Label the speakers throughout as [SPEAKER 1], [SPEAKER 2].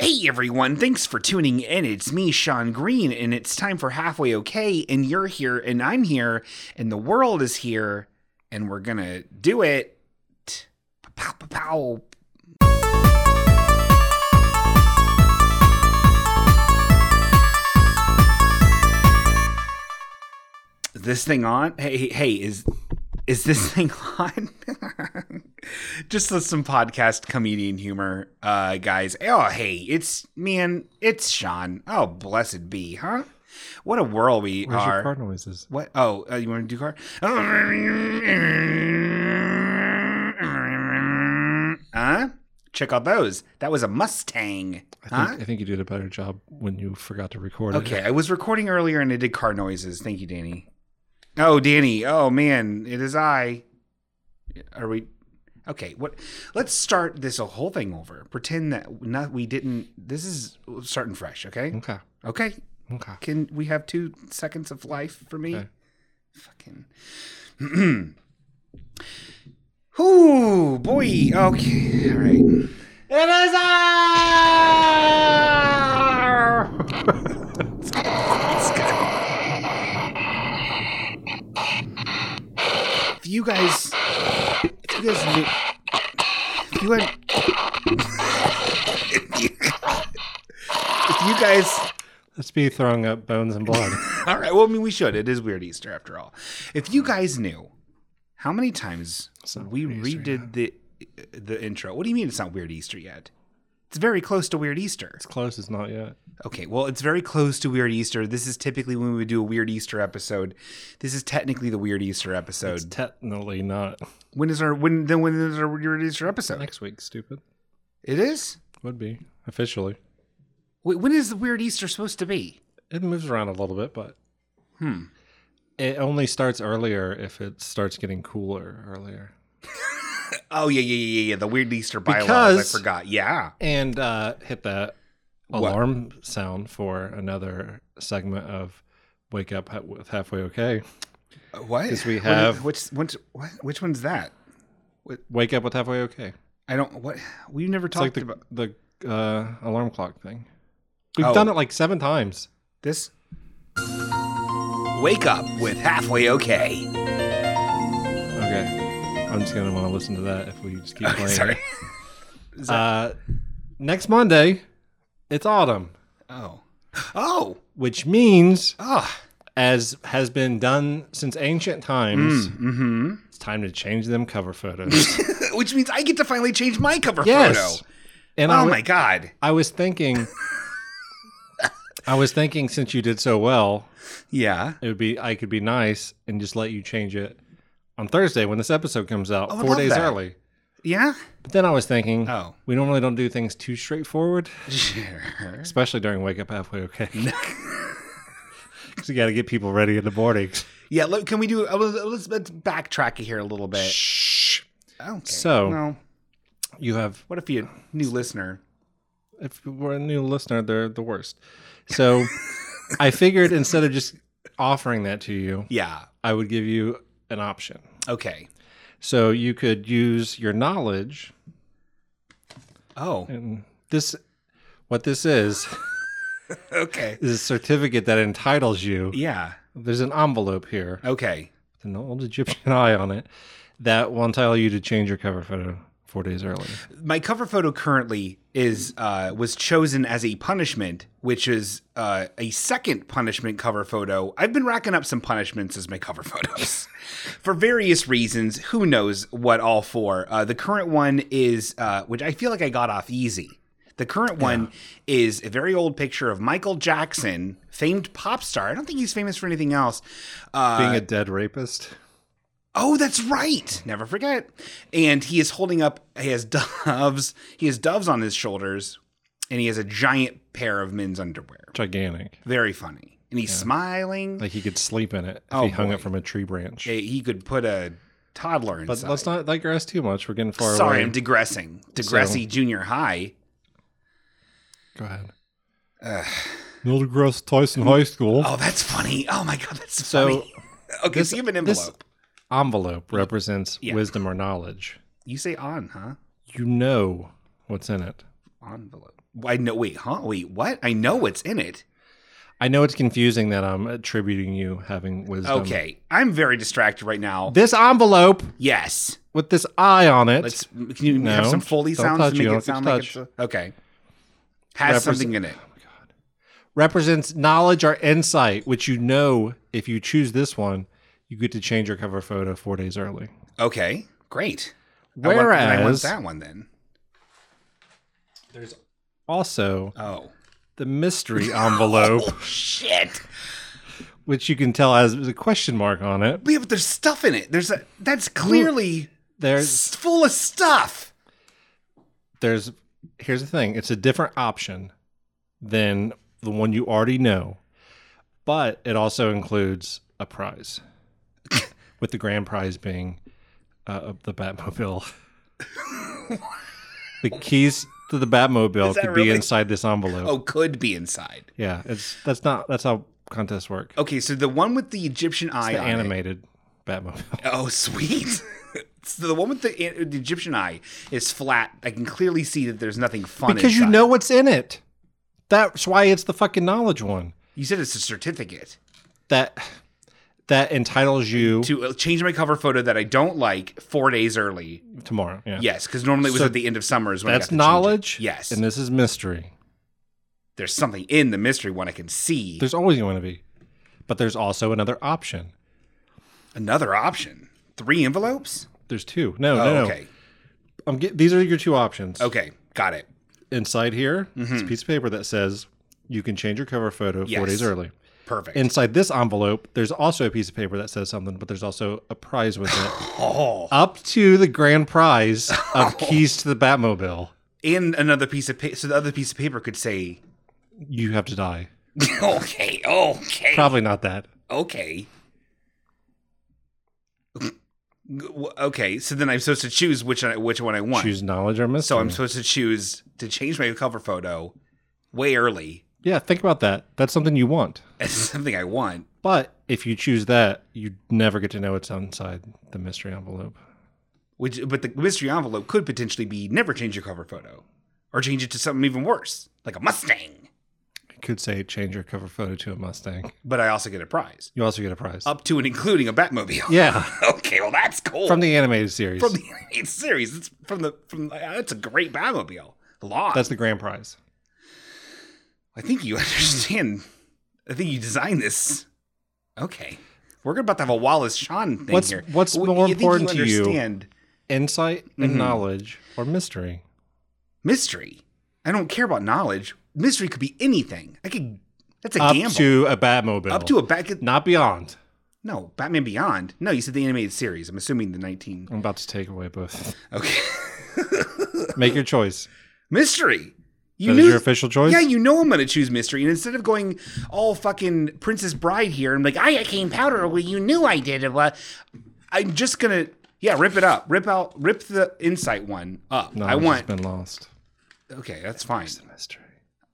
[SPEAKER 1] Hey everyone, thanks for tuning in. It's me, Sean Green, and it's time for Halfway Okay, and you're here, and I'm here, and the world is here, and we're gonna do it. Pow, pow, pow. Is this thing on? Hey, hey, hey, is is this thing on? Just with some podcast comedian humor, uh, guys. Oh, hey, it's man, it's Sean. Oh, blessed be, huh? What a whirl we
[SPEAKER 2] Where's
[SPEAKER 1] are.
[SPEAKER 2] your car noises?
[SPEAKER 1] What? Oh, uh, you want to do car? Huh? Check out those. That was a Mustang.
[SPEAKER 2] I
[SPEAKER 1] Huh?
[SPEAKER 2] think, I think you did a better job when you forgot to record
[SPEAKER 1] Okay,
[SPEAKER 2] it.
[SPEAKER 1] I was recording earlier and I did car noises. Thank you, Danny. Oh, Danny. Oh man, it is I. Are we? Okay. What? Let's start this whole thing over. Pretend that not we didn't. This is starting fresh. Okay.
[SPEAKER 2] Okay.
[SPEAKER 1] Okay.
[SPEAKER 2] Okay.
[SPEAKER 1] Can we have two seconds of life for me?
[SPEAKER 2] Okay.
[SPEAKER 1] Fucking. Ooh, boy. Okay. All right. It is I. If you guys, if you guys, knew, if you had, if you- if you guys.
[SPEAKER 2] Let's be throwing up bones and blood.
[SPEAKER 1] All right. Well, I mean, we should. It is Weird Easter after all. If you guys knew how many times
[SPEAKER 2] It's not
[SPEAKER 1] we
[SPEAKER 2] Weird Easter
[SPEAKER 1] redid the the intro, what do you mean it's not Weird Easter yet? It's very close to Weird Easter.
[SPEAKER 2] it's close, it's not yet.
[SPEAKER 1] Okay, well, it's very close to Weird Easter. This is typically when we would do a Weird Easter episode. This is technically the Weird Easter
[SPEAKER 2] It's
[SPEAKER 1] episode.
[SPEAKER 2] technically not.
[SPEAKER 1] When is our when then when is our Weird Easter episode?
[SPEAKER 2] Next week, stupid.
[SPEAKER 1] It is.
[SPEAKER 2] Would be. Officially.
[SPEAKER 1] Wait, when is the Weird Easter supposed to be?
[SPEAKER 2] It moves around a little bit, but
[SPEAKER 1] Hmm.
[SPEAKER 2] it only starts earlier if it starts getting cooler earlier.
[SPEAKER 1] Oh yeah, yeah, yeah, yeah. yeah, The Weird Easter bylaws.
[SPEAKER 2] Because-
[SPEAKER 1] I forgot. Yeah.
[SPEAKER 2] And uh, hit that
[SPEAKER 1] What?
[SPEAKER 2] alarm sound for another segment of Wake Up Ha- with Halfway Okay.
[SPEAKER 1] What?
[SPEAKER 2] 'Cause
[SPEAKER 1] What
[SPEAKER 2] we
[SPEAKER 1] is-
[SPEAKER 2] have-
[SPEAKER 1] which which what, which one's that?
[SPEAKER 2] Wake Up with Halfway Okay.
[SPEAKER 1] I don't. What we've never
[SPEAKER 2] It's like
[SPEAKER 1] talked
[SPEAKER 2] the,
[SPEAKER 1] about
[SPEAKER 2] the uh, alarm clock thing. We've
[SPEAKER 1] Oh.
[SPEAKER 2] done it like seven times.
[SPEAKER 1] this. Wake up with halfway okay.
[SPEAKER 2] Okay. I'm just going to want to listen to that if we just keep
[SPEAKER 1] Okay,
[SPEAKER 2] playing.
[SPEAKER 1] sorry.
[SPEAKER 2] it. Uh, next Monday, it's autumn,
[SPEAKER 1] Oh. Oh.
[SPEAKER 2] which means,
[SPEAKER 1] Oh.
[SPEAKER 2] as has been done since ancient times,
[SPEAKER 1] Mm-hmm.
[SPEAKER 2] it's time to change them cover photos.
[SPEAKER 1] Which means I get to finally change my cover
[SPEAKER 2] yes.
[SPEAKER 1] photo.
[SPEAKER 2] And
[SPEAKER 1] oh
[SPEAKER 2] I, wa-
[SPEAKER 1] my god.
[SPEAKER 2] I was thinking, I was thinking since you did so well,
[SPEAKER 1] Yeah.
[SPEAKER 2] it would be I could be nice and just let you change it on Thursday when this episode comes out,
[SPEAKER 1] Oh, I
[SPEAKER 2] four
[SPEAKER 1] would love
[SPEAKER 2] days
[SPEAKER 1] that.
[SPEAKER 2] early.
[SPEAKER 1] Yeah.
[SPEAKER 2] But then I was thinking,
[SPEAKER 1] Oh.
[SPEAKER 2] we normally don't do things too straightforward,
[SPEAKER 1] Sure.
[SPEAKER 2] especially during wake up halfway. Okay, because you got to get people ready in the morning.
[SPEAKER 1] Yeah. Look, can we do? uh, Let's, let's backtrack here a little bit. Shh. Okay.
[SPEAKER 2] So-
[SPEAKER 1] well,
[SPEAKER 2] You have,
[SPEAKER 1] what if you're a new listener?
[SPEAKER 2] if we're a new listener, they're the worst. So I figured instead of just offering that to you,
[SPEAKER 1] Yeah.
[SPEAKER 2] I would give you an option.
[SPEAKER 1] Okay.
[SPEAKER 2] So you could use your knowledge
[SPEAKER 1] Oh.
[SPEAKER 2] and this. What this is
[SPEAKER 1] Okay.
[SPEAKER 2] is a certificate that entitles you.
[SPEAKER 1] Yeah.
[SPEAKER 2] There's an envelope here
[SPEAKER 1] Okay.
[SPEAKER 2] with an old Egyptian eye on it that will entitle you to change your cover photo four days early.
[SPEAKER 1] My cover photo currently is uh, was chosen as a punishment, which is uh, a second punishment cover photo. I've been racking up some punishments as my cover photos for various reasons. Who knows what all for? Uh, the current one is, uh, which I feel like I got off easy. The current one is a very old picture of Michael Jackson, famed pop star. I don't think he's famous for anything else. Uh,
[SPEAKER 2] Being a dead rapist.
[SPEAKER 1] Oh, that's right. Never forget. And he is holding up, he has doves. He has doves on his shoulders and he has a giant pair of men's underwear.
[SPEAKER 2] Gigantic.
[SPEAKER 1] Very funny. And he's smiling.
[SPEAKER 2] Like he could sleep in it if
[SPEAKER 1] Oh,
[SPEAKER 2] he hung
[SPEAKER 1] boy.
[SPEAKER 2] it from a tree branch.
[SPEAKER 1] Eh, he could put a toddler
[SPEAKER 2] But
[SPEAKER 1] inside.
[SPEAKER 2] let's not digress too much. We're getting far
[SPEAKER 1] Sorry,
[SPEAKER 2] away.
[SPEAKER 1] I'm digressing. Degrassi Junior High.
[SPEAKER 2] Go ahead. Neil deGrasse Tyson High School.
[SPEAKER 1] Oh, that's funny. Oh my God, that's
[SPEAKER 2] So,
[SPEAKER 1] funny. Okay,
[SPEAKER 2] this-
[SPEAKER 1] so you have an
[SPEAKER 2] this-
[SPEAKER 1] envelope.
[SPEAKER 2] Envelope represents
[SPEAKER 1] Yeah.
[SPEAKER 2] wisdom or knowledge.
[SPEAKER 1] You say on, huh?
[SPEAKER 2] You know what's in it.
[SPEAKER 1] Envelope. I know. Wait, huh? Wait, what? I know what's in it.
[SPEAKER 2] I know it's confusing that I'm attributing you having wisdom.
[SPEAKER 1] Okay, I'm very distracted right now.
[SPEAKER 2] This envelope
[SPEAKER 1] Yes.
[SPEAKER 2] with this eye on it
[SPEAKER 1] Let's. Can you
[SPEAKER 2] No,
[SPEAKER 1] have some foley
[SPEAKER 2] don't
[SPEAKER 1] sounds
[SPEAKER 2] touch
[SPEAKER 1] to make
[SPEAKER 2] you,
[SPEAKER 1] it
[SPEAKER 2] don't
[SPEAKER 1] sound like it's
[SPEAKER 2] touch.
[SPEAKER 1] a, okay? Has
[SPEAKER 2] Represent-
[SPEAKER 1] something in it.
[SPEAKER 2] represents knowledge or insight, which you know if you choose this one, you get to change your cover photo four days early.
[SPEAKER 1] Okay, great. I want-
[SPEAKER 2] Whereas
[SPEAKER 1] I want that one then.
[SPEAKER 2] there's also
[SPEAKER 1] Oh
[SPEAKER 2] the mystery envelope,
[SPEAKER 1] shit!
[SPEAKER 2] which you can tell has a question mark on it.
[SPEAKER 1] We have there's stuff in it. There's a, that's clearly
[SPEAKER 2] There's
[SPEAKER 1] s- full of stuff.
[SPEAKER 2] there's here's the thing it's a different option than the one you already know but it also includes a prize with the grand prize being uh, the batmobile the keys to the batmobile
[SPEAKER 1] Is that
[SPEAKER 2] could be
[SPEAKER 1] really-
[SPEAKER 2] inside this envelope
[SPEAKER 1] Oh, could be inside.
[SPEAKER 2] yeah it's that's not that's how contests work
[SPEAKER 1] Okay, so the one with the Egyptian eye
[SPEAKER 2] the
[SPEAKER 1] on Oh, it.
[SPEAKER 2] animated batmobile
[SPEAKER 1] Oh, sweet. so the one with the, the Egyptian eye is flat. I can clearly see that there's nothing fun
[SPEAKER 2] because you
[SPEAKER 1] inside.
[SPEAKER 2] know what's in it that's why it's the fucking knowledge one
[SPEAKER 1] You said it's a certificate
[SPEAKER 2] that that entitles you
[SPEAKER 1] to uh, change my cover photo that I don't like four days early.
[SPEAKER 2] tomorrow yeah
[SPEAKER 1] Yes, because normally it was
[SPEAKER 2] So
[SPEAKER 1] at the end of summer. Is when I
[SPEAKER 2] That's
[SPEAKER 1] got to change it.
[SPEAKER 2] knowledge.
[SPEAKER 1] Yes,
[SPEAKER 2] And this is mystery.
[SPEAKER 1] there's something in the mystery one I can see.
[SPEAKER 2] There's always going to be. But there's also another option.
[SPEAKER 1] Another option: three envelopes.
[SPEAKER 2] There's two. No,
[SPEAKER 1] Oh,
[SPEAKER 2] no, no.
[SPEAKER 1] okay, Oh.
[SPEAKER 2] I'm get, these are your two options.
[SPEAKER 1] okay, got it.
[SPEAKER 2] Inside here, it's a piece of paper that says you can change your cover photo
[SPEAKER 1] Mm-hmm. Yes.
[SPEAKER 2] four days early.
[SPEAKER 1] Perfect.
[SPEAKER 2] Inside this envelope, there's also a piece of paper that says something, but there's also a prize with it.
[SPEAKER 1] oh,
[SPEAKER 2] Up to the grand prize of keys to the Batmobile.
[SPEAKER 1] and another piece of paper. So the other piece of paper could say,
[SPEAKER 2] You have to die.
[SPEAKER 1] "Okay, okay,
[SPEAKER 2] Probably not that.
[SPEAKER 1] okay." Okay, so then I'm supposed to choose which I, which one I want.
[SPEAKER 2] Choose knowledge or mystery.
[SPEAKER 1] So I'm supposed to choose to change my cover photo way early
[SPEAKER 2] yeah, think about that. That's something you want.
[SPEAKER 1] as something I want.
[SPEAKER 2] But if you choose that, you never get to know what's inside the mystery envelope.
[SPEAKER 1] Which, but the mystery envelope could potentially be never change your cover photo, or change it to something even worse, like a Mustang.
[SPEAKER 2] It could say change your cover photo to a Mustang.
[SPEAKER 1] But I also get a prize,
[SPEAKER 2] You also get a prize.
[SPEAKER 1] up to and including a Batmobile.
[SPEAKER 2] yeah,
[SPEAKER 1] Okay, well that's cool.
[SPEAKER 2] from the animated series.
[SPEAKER 1] from the animated series, it's from the from. That's a great Batmobile. Law.
[SPEAKER 2] That's the grand prize.
[SPEAKER 1] I think you understand. I think you designed this. Okay, we're about to have a Wallace Shawn thing
[SPEAKER 2] What's-
[SPEAKER 1] here.
[SPEAKER 2] what's
[SPEAKER 1] Wh-
[SPEAKER 2] more
[SPEAKER 1] you think
[SPEAKER 2] important to you?
[SPEAKER 1] Understand
[SPEAKER 2] Insight
[SPEAKER 1] Mhm.
[SPEAKER 2] and knowledge or mystery.
[SPEAKER 1] mystery. I don't care about knowledge. Mystery could be anything. I could. That's a
[SPEAKER 2] Up
[SPEAKER 1] gamble.
[SPEAKER 2] to a Batmobile.
[SPEAKER 1] up to a back.
[SPEAKER 2] Not beyond.
[SPEAKER 1] No, Batman Beyond. No, you said the animated series. I'm assuming the 19.
[SPEAKER 2] I'm about to take away both.
[SPEAKER 1] Okay.
[SPEAKER 2] Make your choice.
[SPEAKER 1] mystery. You
[SPEAKER 2] That is
[SPEAKER 1] knew.
[SPEAKER 2] your official choice?
[SPEAKER 1] yeah, you know I'm gonna choose mystery, and instead of going all fucking Princess Bride here, I'm like, I, I came powder. Well, you knew I did. it. Well, I'm just gonna, yeah, rip it up, rip out, rip the insight one up. I
[SPEAKER 2] Knowledge
[SPEAKER 1] want.
[SPEAKER 2] has been lost.
[SPEAKER 1] Okay, that's fine.
[SPEAKER 2] Mystery.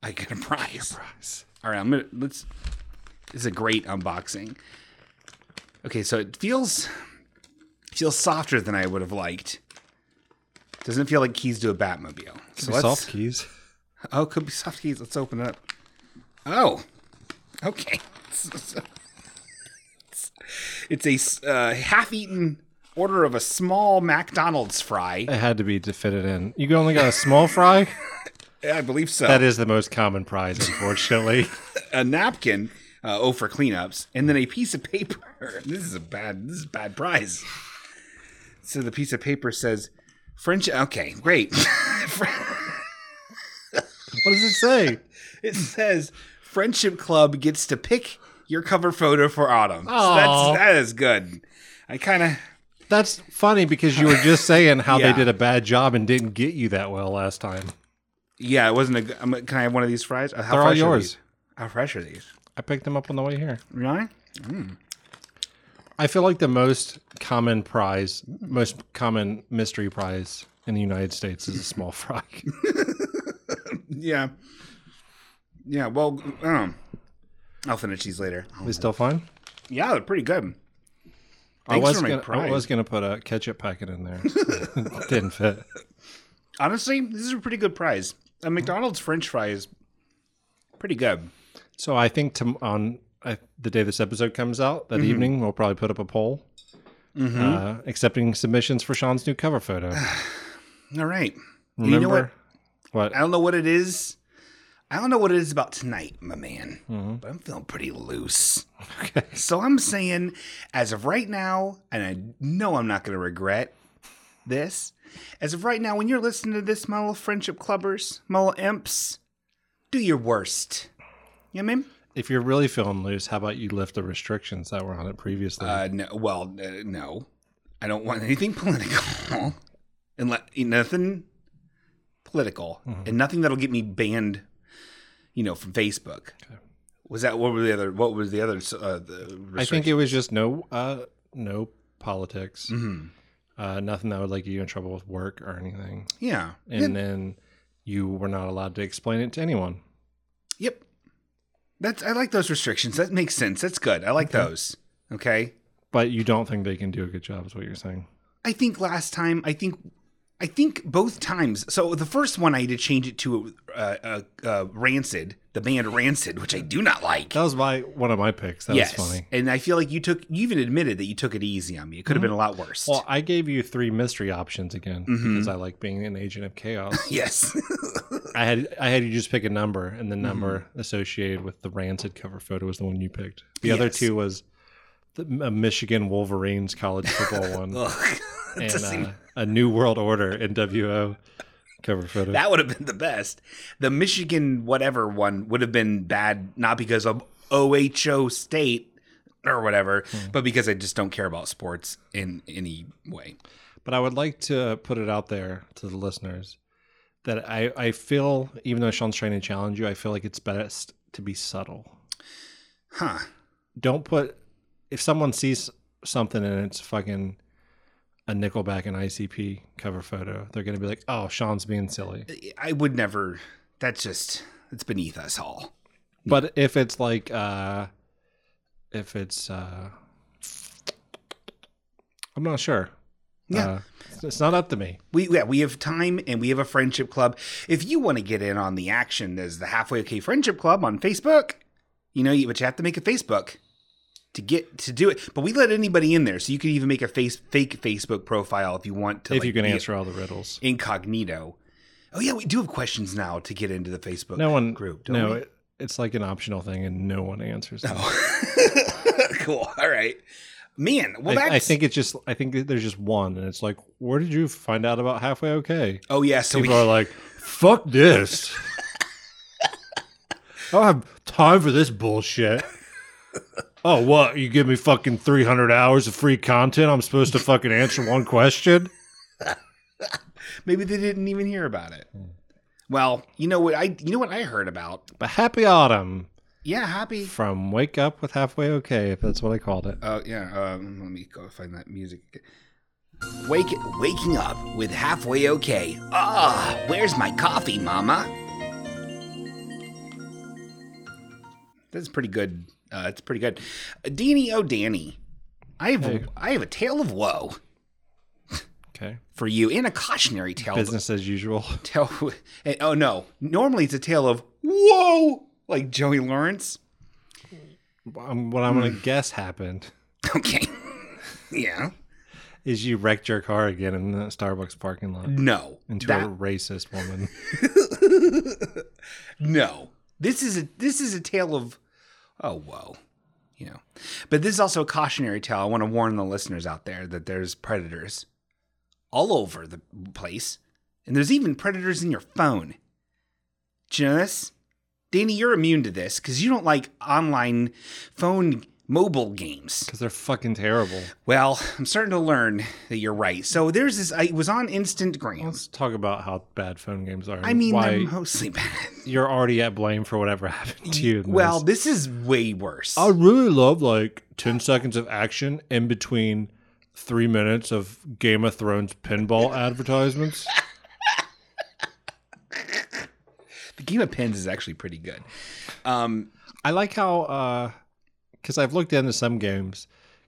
[SPEAKER 1] I get a prize.
[SPEAKER 2] Prize.
[SPEAKER 1] All right, I'm gonna let's. This is a great unboxing. Okay, so it feels feels softer than I would have liked. Doesn't feel like keys to a Batmobile. So let's,
[SPEAKER 2] Soft keys.
[SPEAKER 1] Oh, could be soft keys. Let's open it up. Oh, okay. It's a s- uh, half-eaten order of a small McDonald's fry.
[SPEAKER 2] It had to be to fit it in. You only got a small fry?
[SPEAKER 1] I believe so.
[SPEAKER 2] That is the most common prize, unfortunately.
[SPEAKER 1] a napkin. Uh, oh, for cleanups, and then a piece of paper. This is a bad. This is a bad prize. So the piece of paper says, "French." Okay, great.
[SPEAKER 2] what does it say?
[SPEAKER 1] it says, "Friendship Club gets to pick your cover photo for autumn." So
[SPEAKER 2] Aw.
[SPEAKER 1] that's that is good. I kind of
[SPEAKER 2] That's funny because you were just saying how
[SPEAKER 1] Yeah.
[SPEAKER 2] they did a bad job and didn't get you that well last time.
[SPEAKER 1] yeah. It wasn't a. g- I'm, can I have one of these fries? Uh, How
[SPEAKER 2] They're all
[SPEAKER 1] fresh are
[SPEAKER 2] yours.
[SPEAKER 1] these? How fresh are these?
[SPEAKER 2] I picked them up on the way here.
[SPEAKER 1] Really?
[SPEAKER 2] I feel like the most common prize, most common mystery prize in the United States is a small fry.
[SPEAKER 1] Yeah. Yeah. Well, um, I'll finish these later.
[SPEAKER 2] we still fine?
[SPEAKER 1] Yeah, they're pretty good.
[SPEAKER 2] I
[SPEAKER 1] Thanks
[SPEAKER 2] was,
[SPEAKER 1] for my
[SPEAKER 2] gonna, I
[SPEAKER 1] prize.
[SPEAKER 2] was gonna put a ketchup packet in there. Didn't fit.
[SPEAKER 1] Honestly, this is a pretty good prize. A McDonald's French fry is pretty good.
[SPEAKER 2] So I think to, on uh, the day this episode comes out,
[SPEAKER 1] Mm-hmm.
[SPEAKER 2] that evening, we'll probably put up a poll uh, accepting submissions for Sean's new cover photo.
[SPEAKER 1] All right. And
[SPEAKER 2] Remember
[SPEAKER 1] You know what?
[SPEAKER 2] what?
[SPEAKER 1] I don't know what it is. I don't know what it is about tonight, my man, but I'm feeling pretty loose.
[SPEAKER 2] Mm-hmm. Okay.
[SPEAKER 1] So I'm saying, as of right now, and I know I'm not going to regret this, as of right now, when you're listening to this, my little friendship clubbers, my little imps, do your worst. You know what I mean?
[SPEAKER 2] If you're really feeling loose, how about you lift the restrictions that were on it previously?
[SPEAKER 1] Uh, no, well, uh, no. I don't want anything political. and let, nothing political.
[SPEAKER 2] Mm-hmm.
[SPEAKER 1] And nothing that'll get me banned, you know, from Facebook. Was that what were the other what was the other uh, the
[SPEAKER 2] I think it was just no, uh, no politics,
[SPEAKER 1] Mm-hmm.
[SPEAKER 2] uh, nothing that would like get you in trouble with work or anything,
[SPEAKER 1] yeah.
[SPEAKER 2] and then you were not allowed to explain it to anyone.
[SPEAKER 1] Yep. That's I like those restrictions. That makes sense. That's good. I like those. Okay.
[SPEAKER 2] But you don't think they can do a good job, is what you're saying?
[SPEAKER 1] I think last time I think I think both times. So the first one I had to change it to uh, uh, uh, Rancid, the band Rancid, which I do not like.
[SPEAKER 2] That was my one of my picks. That
[SPEAKER 1] yes,
[SPEAKER 2] was funny.
[SPEAKER 1] and I feel like you took you even admitted that you took it easy on me. It could have been a lot worse.
[SPEAKER 2] Mm-hmm. Well, I gave you three mystery options again
[SPEAKER 1] Mm-hmm.
[SPEAKER 2] because I like being an agent of chaos.
[SPEAKER 1] yes.
[SPEAKER 2] I had I had you just pick a number, and the number
[SPEAKER 1] Mm-hmm.
[SPEAKER 2] associated with the rancid cover photo was the one you picked. The other
[SPEAKER 1] Yes.
[SPEAKER 2] two was the a Michigan Wolverines college football one
[SPEAKER 1] Ugh. It
[SPEAKER 2] and
[SPEAKER 1] doesn't
[SPEAKER 2] uh,
[SPEAKER 1] even-
[SPEAKER 2] a New World Order NWO cover photo.
[SPEAKER 1] that would have been the best. The Michigan whatever one would have been bad, not because of OHO state or whatever,
[SPEAKER 2] Hmm.
[SPEAKER 1] but because I just don't care about sports in any way.
[SPEAKER 2] but I would like to put it out there to the listeners that I I feel even though Sean's trying to challenge you, I feel like it's best to be subtle.
[SPEAKER 1] Huh.
[SPEAKER 2] don't put if someone sees something and it's fucking a Nickelback and ICP cover photo, they're gonna be like, "Oh, Sean's being silly."
[SPEAKER 1] I would never. That's just it's beneath us all.
[SPEAKER 2] But if it's like, uh if it's, uh I'm not sure.
[SPEAKER 1] Yeah.
[SPEAKER 2] Uh, it's- it's not up to me.
[SPEAKER 1] We yeah, we have time and we have a friendship club. If you want to get in on the action, there's the Halfway Okay Friendship Club on Facebook. You know, you- but you have to make a Facebook to get to do it. But we let anybody in there, so you can even make a face fake Facebook profile if you want to.
[SPEAKER 2] if
[SPEAKER 1] like,
[SPEAKER 2] you can
[SPEAKER 1] be
[SPEAKER 2] answer all the riddles,
[SPEAKER 1] incognito. Oh yeah, we do have questions now to get into the Facebook
[SPEAKER 2] no one.
[SPEAKER 1] group. Don't
[SPEAKER 2] no,
[SPEAKER 1] we?
[SPEAKER 2] it, it's like an optional thing, and no one answers. them.
[SPEAKER 1] cool. All right, man. Well, that's
[SPEAKER 2] I, I think it's just. I think that there's just one, and it's like, where did you find out about halfway? Okay.
[SPEAKER 1] Oh yeah, so we
[SPEAKER 2] people are like, fuck this. I don't have time for this bullshit. Oh, what? You give me fucking 300 hours of free content? I'm supposed to fucking answer one question?
[SPEAKER 1] maybe they didn't even hear about it.
[SPEAKER 2] Hmm.
[SPEAKER 1] Well, you know what I you know what I heard about.
[SPEAKER 2] But happy autumn
[SPEAKER 1] Yeah, happy.
[SPEAKER 2] from Wake Up with Halfway Okay, if that's what I called it.
[SPEAKER 1] Oh yeah, um, let me go find that music. Wake, waking up with halfway okay. Ah, where's my coffee, Mama? That's pretty good. Uh, that's pretty good. Uh, Danny, oh Danny, I have
[SPEAKER 2] Hey.
[SPEAKER 1] I have a tale of woe
[SPEAKER 2] Okay.
[SPEAKER 1] for you and a cautionary tale.
[SPEAKER 2] Business as usual.
[SPEAKER 1] tell and- oh no normally it's a tale of whoa like joey lawrence
[SPEAKER 2] Um, what I'm going to guess happened
[SPEAKER 1] okay yeah
[SPEAKER 2] is you wrecked your car again in the Starbucks parking lot
[SPEAKER 1] no
[SPEAKER 2] into a
[SPEAKER 1] That-
[SPEAKER 2] racist woman.
[SPEAKER 1] no this is a this is a tale of oh whoa you know but this is also a cautionary tale i want to warn the listeners out there that there's predators all over the place and there's even predators in your phone Janice, danny you're immune to this because you don't like online phone mobile games
[SPEAKER 2] Because they're fucking terrible.
[SPEAKER 1] Well, I'm starting to learn that you're right. So there's this. I was on Instant Grams.
[SPEAKER 2] Let's talk about how bad phone games are. and
[SPEAKER 1] I mean,
[SPEAKER 2] why
[SPEAKER 1] they're mostly bad.
[SPEAKER 2] you're already at blame for whatever happened to you. Oh, in
[SPEAKER 1] Well,
[SPEAKER 2] this.
[SPEAKER 1] this is way worse.
[SPEAKER 2] I really love like 10 seconds of action in between three minutes of Game of Thrones pinball advertisements.
[SPEAKER 1] the game of pins is actually pretty good. Um,
[SPEAKER 2] I like how, because I've looked into some games,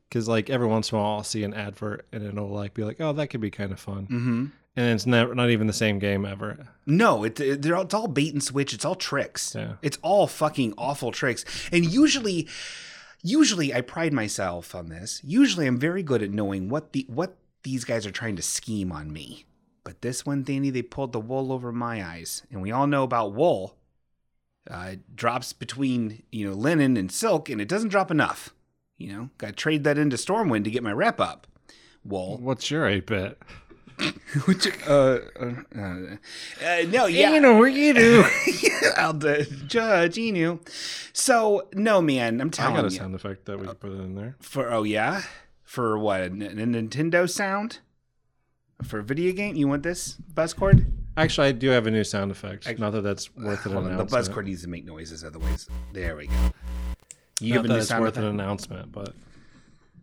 [SPEAKER 2] because like every once in a while I'll see an advert and it'll like be like, oh, that could be kind of fun.
[SPEAKER 1] mhm.
[SPEAKER 2] and it's never not even the same game ever.
[SPEAKER 1] No, it, it- they're all, it's all bait and switch. It's all tricks.
[SPEAKER 2] Yeah.
[SPEAKER 1] It's all fucking awful tricks. And usually, usually I pride myself on this. Usually, I'm very good at knowing what the what these guys are trying to scheme on me. But this one, Danny, they pulled the wool over my eyes, and we all know about wool. Uh, it drops between you know linen and silk, and it doesn't drop enough. You know, got to trade that into Stormwind to get my rep up. Wool.
[SPEAKER 2] What's your eight bit?
[SPEAKER 1] Which, uh, uh, uh, uh, no, yeah.
[SPEAKER 2] know what you do.
[SPEAKER 1] I'll d- judge Inu. So no, man, I'm
[SPEAKER 2] I
[SPEAKER 1] telling
[SPEAKER 2] got a
[SPEAKER 1] you.
[SPEAKER 2] sound effect that we could put in there.
[SPEAKER 1] For oh yeah, for what a, N- a Nintendo sound for a video game. You want this buzzcord?
[SPEAKER 2] Actually, I do have a new sound effect. Not that that's worth an
[SPEAKER 1] Hold on, the
[SPEAKER 2] announcement.
[SPEAKER 1] buzzcord needs to make noises, otherwise, there we go. You
[SPEAKER 2] Not
[SPEAKER 1] have a
[SPEAKER 2] that
[SPEAKER 1] new
[SPEAKER 2] it's
[SPEAKER 1] sound
[SPEAKER 2] worth an
[SPEAKER 1] effect?
[SPEAKER 2] announcement, but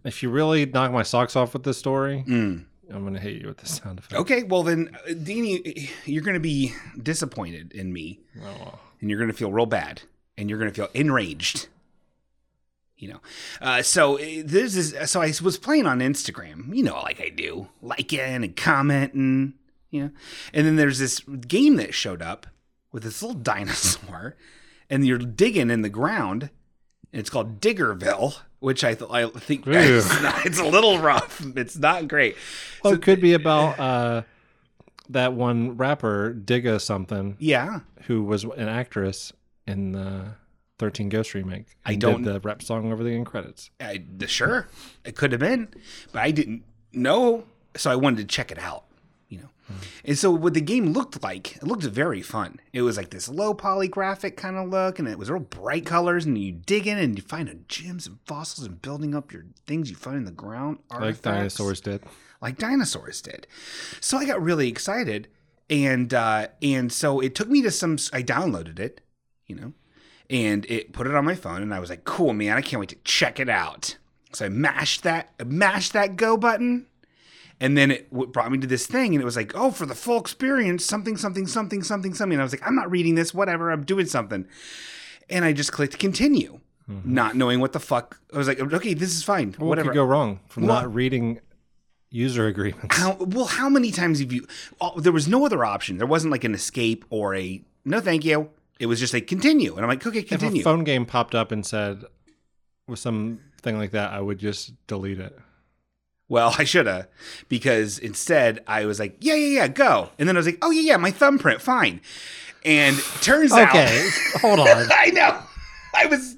[SPEAKER 2] if you really knock my socks off with this story,
[SPEAKER 1] Mm.
[SPEAKER 2] I'm gonna hit you with the sound effect.
[SPEAKER 1] Okay, well then, uh, Dini, you're going to be disappointed in me,
[SPEAKER 2] Oh, well.
[SPEAKER 1] and you're going to feel real bad, and you're going to feel enraged. you know. Uh, so uh, this is so I was playing on Instagram, you know, like I do, liking and commenting, you know. And then there's this game that showed up with this little dinosaur, and you're digging in the ground, and it's called Diggerville, which I th- I think
[SPEAKER 2] Ew.
[SPEAKER 1] it's, not- it's a little rough. It's not great.
[SPEAKER 2] Well, it could be about uh, that one rapper Digga something
[SPEAKER 1] Yeah,
[SPEAKER 2] who was an actress in the Thirteen Ghosts remake.
[SPEAKER 1] I
[SPEAKER 2] and
[SPEAKER 1] don't-
[SPEAKER 2] did the rap song over the end credits.
[SPEAKER 1] I, the- sure, it could have been, but I didn't know, so I wanted to check it out, you know.
[SPEAKER 2] Hmm.
[SPEAKER 1] And so what the game looked like, it looked very fun. It was like this low poly graphic kind of look, and it was real bright colors, and you dig in and you find gems and fossils and building up your things you find in the ground.
[SPEAKER 2] Like
[SPEAKER 1] Artifacts
[SPEAKER 2] dinosaurs did.
[SPEAKER 1] like dinosaurs did. So I got really excited, and uh, and so it took me to some. I downloaded it, you know, and it put it on my phone, and I was like, "Cool, man! I can't wait to check it out." So I mashed that, mashed that go button, and then it w- brought me to this thing, and it was like, "Oh, for the full experience, something, something, something, something, something." And I was like, "I'm not reading this. Whatever. I'm doing something," and I just clicked continue. Not knowing what the fuck, I was like, okay, this is fine.
[SPEAKER 2] What
[SPEAKER 1] Whatever.
[SPEAKER 2] Mm-hmm. could go wrong from
[SPEAKER 1] Well-
[SPEAKER 2] not reading user agreements?
[SPEAKER 1] How well? How many times have you? Oh, there was no other option. There wasn't like an escape or a no, thank you. It was just like continue, and I'm like, okay,
[SPEAKER 2] If a
[SPEAKER 1] continue.
[SPEAKER 2] phone game popped up and said with something like that, I would just delete it.
[SPEAKER 1] Well, I shoulda because instead I was like, yeah, yeah, yeah, go, and then I was like, oh yeah, yeah, my thumbprint, fine. And turns
[SPEAKER 2] Okay,
[SPEAKER 1] out,
[SPEAKER 2] hold on.
[SPEAKER 1] I know, I was,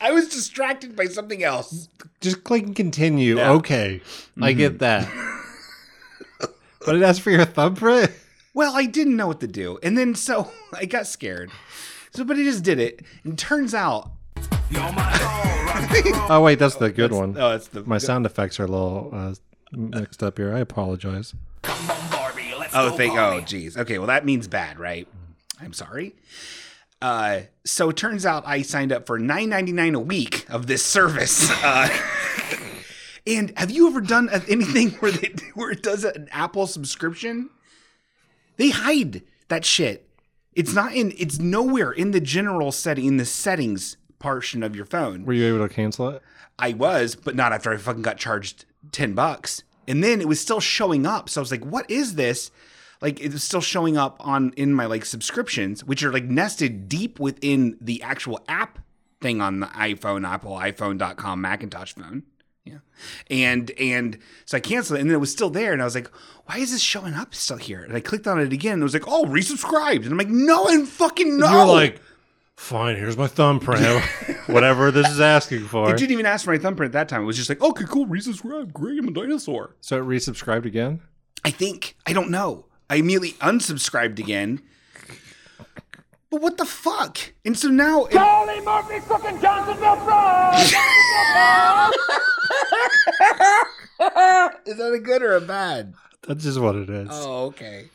[SPEAKER 1] I was distracted by something else.
[SPEAKER 2] Just click and continue.
[SPEAKER 1] Yeah.
[SPEAKER 2] Okay, I get that. but it asks for your thumbprint.
[SPEAKER 1] Well, I didn't know what to do, and then so I got scared. So, but I just did it, and turns out,
[SPEAKER 2] Oh wait, that's the good one.
[SPEAKER 1] oh, that's the
[SPEAKER 2] My sound effects are a little uh, mixed up here. I apologize.
[SPEAKER 1] Oh, thank. Oh, geez. Okay. Well, that means bad, right? I'm sorry. Uh, so it turns out I signed up for 9.99 a week of this service. Uh, and have you ever done a- anything where they, where it does an Apple subscription? They hide that shit. It's not in. It's nowhere in the general setting in the settings portion of your phone.
[SPEAKER 2] Were you able to cancel it?
[SPEAKER 1] I was, but not after I fucking got charged 10 bucks. And then it was still showing up. So I was like, what is this? Like it was still showing up on in my like subscriptions, which are like nested deep within the actual app thing on the iPhone, Apple, iPhone.com, Macintosh phone. Yeah. And and so I canceled it and then it was still there. And I was like, why is this showing up still here? And I clicked on it again and it was like, oh, resubscribed. And I'm like, no, and fucking no.
[SPEAKER 2] You're like, fine. Here's my thumbprint. Whatever this is asking for.
[SPEAKER 1] it didn't even ask for my thumbprint at that time. It was just like, okay, cool, resubscribe. Great, I'm a dinosaur.
[SPEAKER 2] so it resubscribed again.
[SPEAKER 1] I think. I don't know. I immediately unsubscribed again. But what the fuck? And so now it-
[SPEAKER 3] Holy Murphy's fucking Johnsonville Fries!
[SPEAKER 1] is that a good or a bad?
[SPEAKER 2] That's just what it is.
[SPEAKER 1] Oh, okay.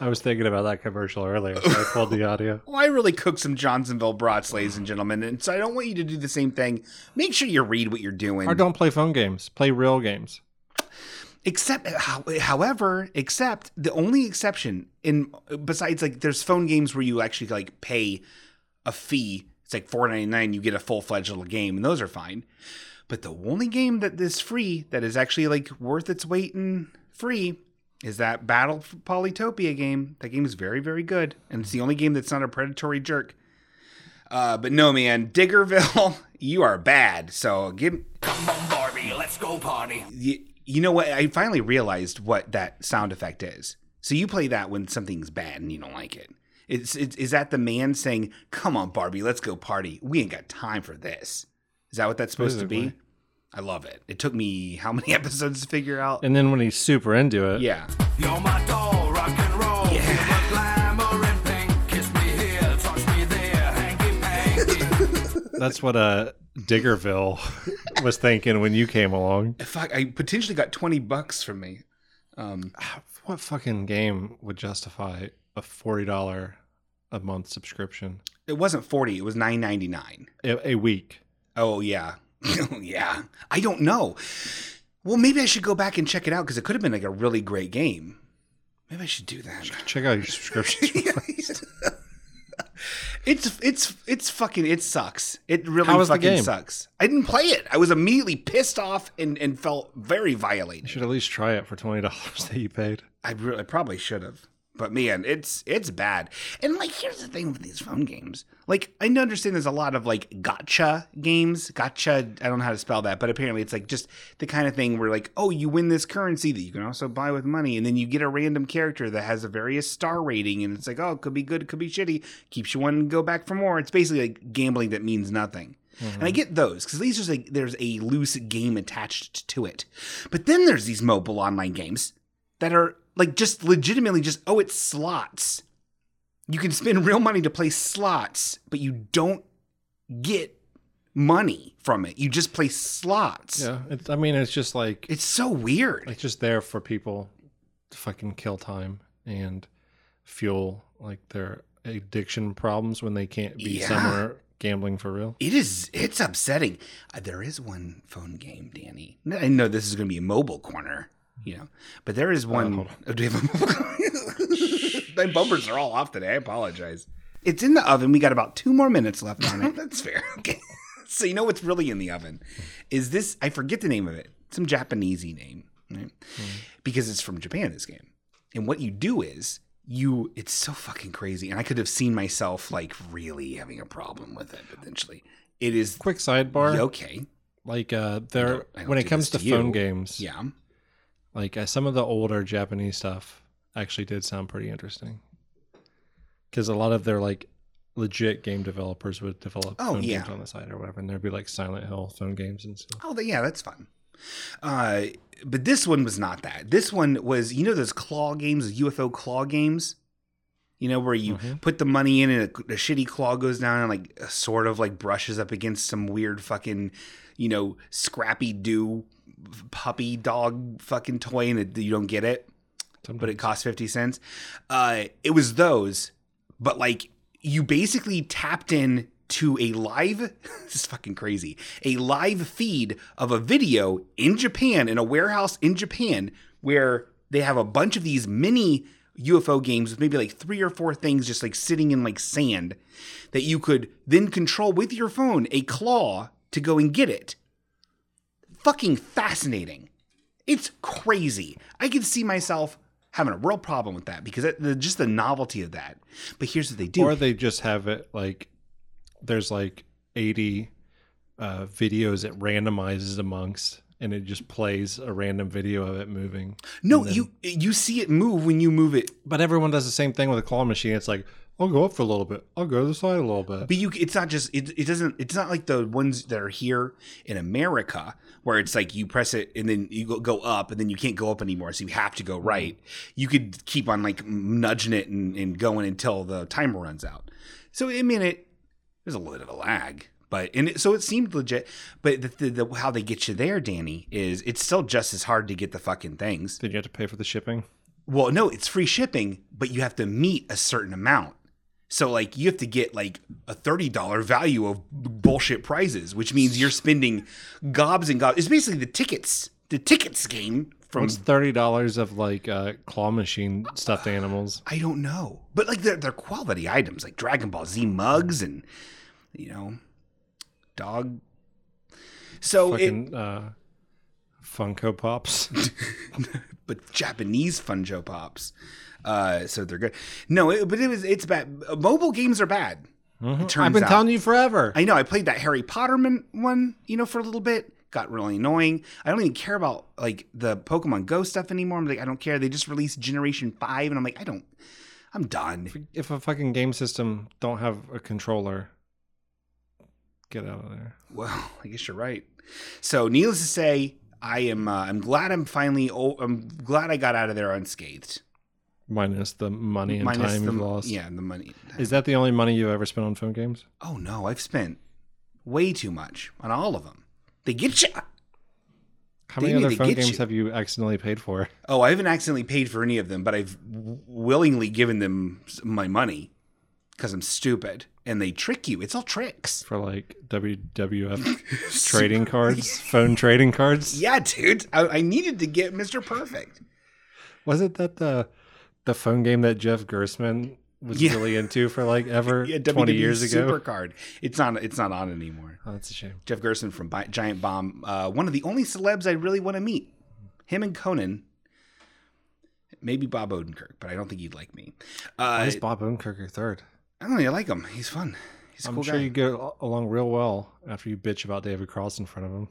[SPEAKER 2] I was thinking about that commercial earlier. So I pulled the audio.
[SPEAKER 1] Well, I really cook some Johnsonville brats, ladies and gentlemen, and so I don't want you to do the same thing. Make sure you read what you're doing.
[SPEAKER 2] Or don't play phone games. Play real games.
[SPEAKER 1] except how- however except the only exception in besides like there's phone games where you actually like pay a fee it's like 4.99 you get a full-fledged little game and those are fine but the only game that is free that is actually like worth its weight in free is that Battle for Polytopia game. That game is very, very good, and it's the only game that's not a predatory jerk. Uh, but no, man, Diggerville, you are bad. So give
[SPEAKER 4] Come on, Barbie, let's go party.
[SPEAKER 1] you, you know what? I finally realized what that sound effect is. So you play that when something's bad and you don't like it. It's, it's is that the man saying, "Come on, Barbie, let's go party. We ain't got time for this." Is that what that's supposed to be?
[SPEAKER 2] Basically.
[SPEAKER 1] I love it. It took me how many episodes to figure out?
[SPEAKER 2] And then when he's super into it,
[SPEAKER 1] Yeah.
[SPEAKER 4] You're my doll, rock and roll. Yeah. You're my glamour and pink. Kiss me here, touch me there, hanky panky.
[SPEAKER 2] that's what uh, Diggerville was thinking when you came along.
[SPEAKER 1] Fuck, I potentially got 20 bucks from me. Um,
[SPEAKER 2] What fucking game would justify a $40 a month subscription?
[SPEAKER 1] it wasn't 40, it was 9.99.
[SPEAKER 2] A, a week.
[SPEAKER 1] Oh yeah. oh yeah. I don't know. Well, maybe I should go back and check it out cuz it could have been like a really great game. Maybe I should do that.
[SPEAKER 2] Check out your subscriptions.
[SPEAKER 1] it's it's it's fucking it sucks. It really
[SPEAKER 2] How was the
[SPEAKER 1] fucking
[SPEAKER 2] game?
[SPEAKER 1] sucks. I didn't play it. I was immediately pissed off and and felt very violated.
[SPEAKER 2] you should at least try it for $20 that you paid.
[SPEAKER 1] I really I probably should have. But man, it's it's bad. And like here's the thing with these phone games. Like I understand there's a lot of like gotcha games. Gotcha, I don't know how to spell that, but apparently it's like just the kind of thing where like, oh, you win this currency that you can also buy with money and then you get a random character that has a various star rating and it's like, oh, it could be good, it could be shitty. Keeps you wanting to go back for more. It's basically like gambling that means nothing. And I get those because at least there's like there's a loose game attached to it. But then there's these mobile online games that are like just legitimately just oh it's slots you can spend real money to play slots but you don't get money from it you just play slots
[SPEAKER 2] Yeah. It's, I mean, it's just like,
[SPEAKER 1] it's so weird
[SPEAKER 2] it's just there for people to fucking kill time and fuel like their addiction problems when they can't be
[SPEAKER 1] Yeah.
[SPEAKER 2] somewhere gambling for real.
[SPEAKER 1] it is it's upsetting Uh, there is one phone game danny N- i know this is going to be a mobile corner you know but there is one
[SPEAKER 2] Uh, hold
[SPEAKER 1] Oh, do you have a mobile corner? my bumpers are all off today i apologize it's in the oven we got about two more minutes left on it that's fair okay so you know what's really in the oven is this i forget the name of it some japanesey name right? because it's from japan this game and what you do is you it's so fucking crazy and i could have seen myself like really having a problem with it potentially it is
[SPEAKER 2] Quick sidebar.
[SPEAKER 1] okay
[SPEAKER 2] Like uh
[SPEAKER 1] I
[SPEAKER 2] there
[SPEAKER 1] don't- I don't
[SPEAKER 2] when it
[SPEAKER 1] do
[SPEAKER 2] comes to
[SPEAKER 1] this to
[SPEAKER 2] phone
[SPEAKER 1] you.
[SPEAKER 2] games,
[SPEAKER 1] yeah
[SPEAKER 2] like uh, some of the older Japanese stuff actually did sound pretty interesting. Cuz a lot of their like legit game developers would develop
[SPEAKER 1] Oh,
[SPEAKER 2] phone
[SPEAKER 1] yeah.
[SPEAKER 2] games on the side or whatever and there'd be like Silent Hill phone games and stuff.
[SPEAKER 1] oh yeah that's fun uh but this one was not that this one was you know those claw games ufo claw games you know where you
[SPEAKER 2] Mhm.
[SPEAKER 1] put the money in and a, a shitty claw goes down and like sort of like brushes up against some weird fucking you know scrappy doo puppy dog fucking toy and it, you don't get it but it cost 50 cents. Uh, it was those, but like you basically tapped in to a live, this is fucking crazy, a live feed of a video in Japan, in a warehouse in Japan, where they have a bunch of these mini UFO games with maybe like three or four things just like sitting in like sand that you could then control with your phone a claw to go and get it. Fucking fascinating. It's crazy. I can see myself having a real problem with that because it, the, just the novelty of that. But here's what they do.
[SPEAKER 2] Or they just have it like there's like 80 uh, videos it randomizes amongst and it just plays a random video of it moving.
[SPEAKER 1] no, you you see it move when you move it,
[SPEAKER 2] But everyone does the same thing with a claw machine. It's like, I'll go up for a little bit. I'll go to the side a little bit.
[SPEAKER 1] but you it's not just it, it doesn't it's not like the ones that are here in America where it's like you press it and then you go, go up and then you can't go up anymore so you have to go right. You could keep on like nudging it and, and going until the timer runs out. So I mean it there's a little bit of a lag but and it, so it seemed legit but the, the, the how they get you there danny is it's still just as hard to get the fucking things
[SPEAKER 2] Did you have to pay for the shipping?
[SPEAKER 1] well no it's free shipping but you have to meet a certain amount so like you have to get like a $30 value of b- bullshit prizes which means you're spending gobs and gobs it's basically the tickets the tickets game from
[SPEAKER 2] It's thirty dollars of like uh, claw machine stuffed animals.
[SPEAKER 1] I don't know. But like they're, they're quality items, like Dragon Ball Z mugs and you know, dog. So it,
[SPEAKER 2] Fucking uh, Funko Pops.
[SPEAKER 1] but Japanese Funjo Pops. Uh, so they're good. No, it, but it was it's bad. Mobile games are bad. It turns
[SPEAKER 2] Mm-hmm. I've been
[SPEAKER 1] out.
[SPEAKER 2] telling you forever.
[SPEAKER 1] I know. I played that Harry Potter man, one, you know, for a little bit. Got really annoying. I don't even care about like the Pokemon Go stuff anymore. I'm like, I don't care. They just released Generation Five, and I'm like, I don't. I'm done.
[SPEAKER 2] if a fucking game system don't have a controller, get out of there.
[SPEAKER 1] Well, I guess you're right. So, needless to say, I am. Uh, I'm glad I'm finally. Oh, I'm glad I got out of there unscathed.
[SPEAKER 2] Minus the money and
[SPEAKER 1] Minus
[SPEAKER 2] time
[SPEAKER 1] the
[SPEAKER 2] you've lost.
[SPEAKER 1] yeah, the money.
[SPEAKER 2] Is that the only money you ever spent on phone games?
[SPEAKER 1] Oh no, I've spent way too much on all of them. They get you.
[SPEAKER 2] How
[SPEAKER 1] They
[SPEAKER 2] many
[SPEAKER 1] need
[SPEAKER 2] other
[SPEAKER 1] to
[SPEAKER 2] phone
[SPEAKER 1] get
[SPEAKER 2] games
[SPEAKER 1] you.
[SPEAKER 2] have you accidentally paid for?
[SPEAKER 1] Oh, I haven't accidentally paid for any of them, but I've w- willingly given them s- my money because I'm stupid and they trick you. It's all tricks.
[SPEAKER 2] For like WWF trading cards, phone trading cards?
[SPEAKER 1] Yeah, dude. I, I needed to get Mr. Perfect.
[SPEAKER 2] Was it that the the phone game that Jeff Gersman was
[SPEAKER 1] Yeah.
[SPEAKER 2] really into for like ever
[SPEAKER 1] Yeah, E
[SPEAKER 2] 20
[SPEAKER 1] WWE
[SPEAKER 2] years ago?
[SPEAKER 1] Supercard. It's not. It's not on anymore.
[SPEAKER 2] Oh, that's a shame.
[SPEAKER 1] Jeff Gerson from Bi- Giant Bomb. Uh, one of the only celebs I really want to meet. Him and Conan. Maybe Bob Odenkirk, but I don't think he'd like me.
[SPEAKER 2] Why
[SPEAKER 1] Uh,
[SPEAKER 2] is Bob Odenkirk third?
[SPEAKER 1] I don't know. I like him. He's fun. He's a
[SPEAKER 2] I'm
[SPEAKER 1] cool
[SPEAKER 2] sure
[SPEAKER 1] guy.
[SPEAKER 2] you get al- along real well after you bitch about David Cross in front of him.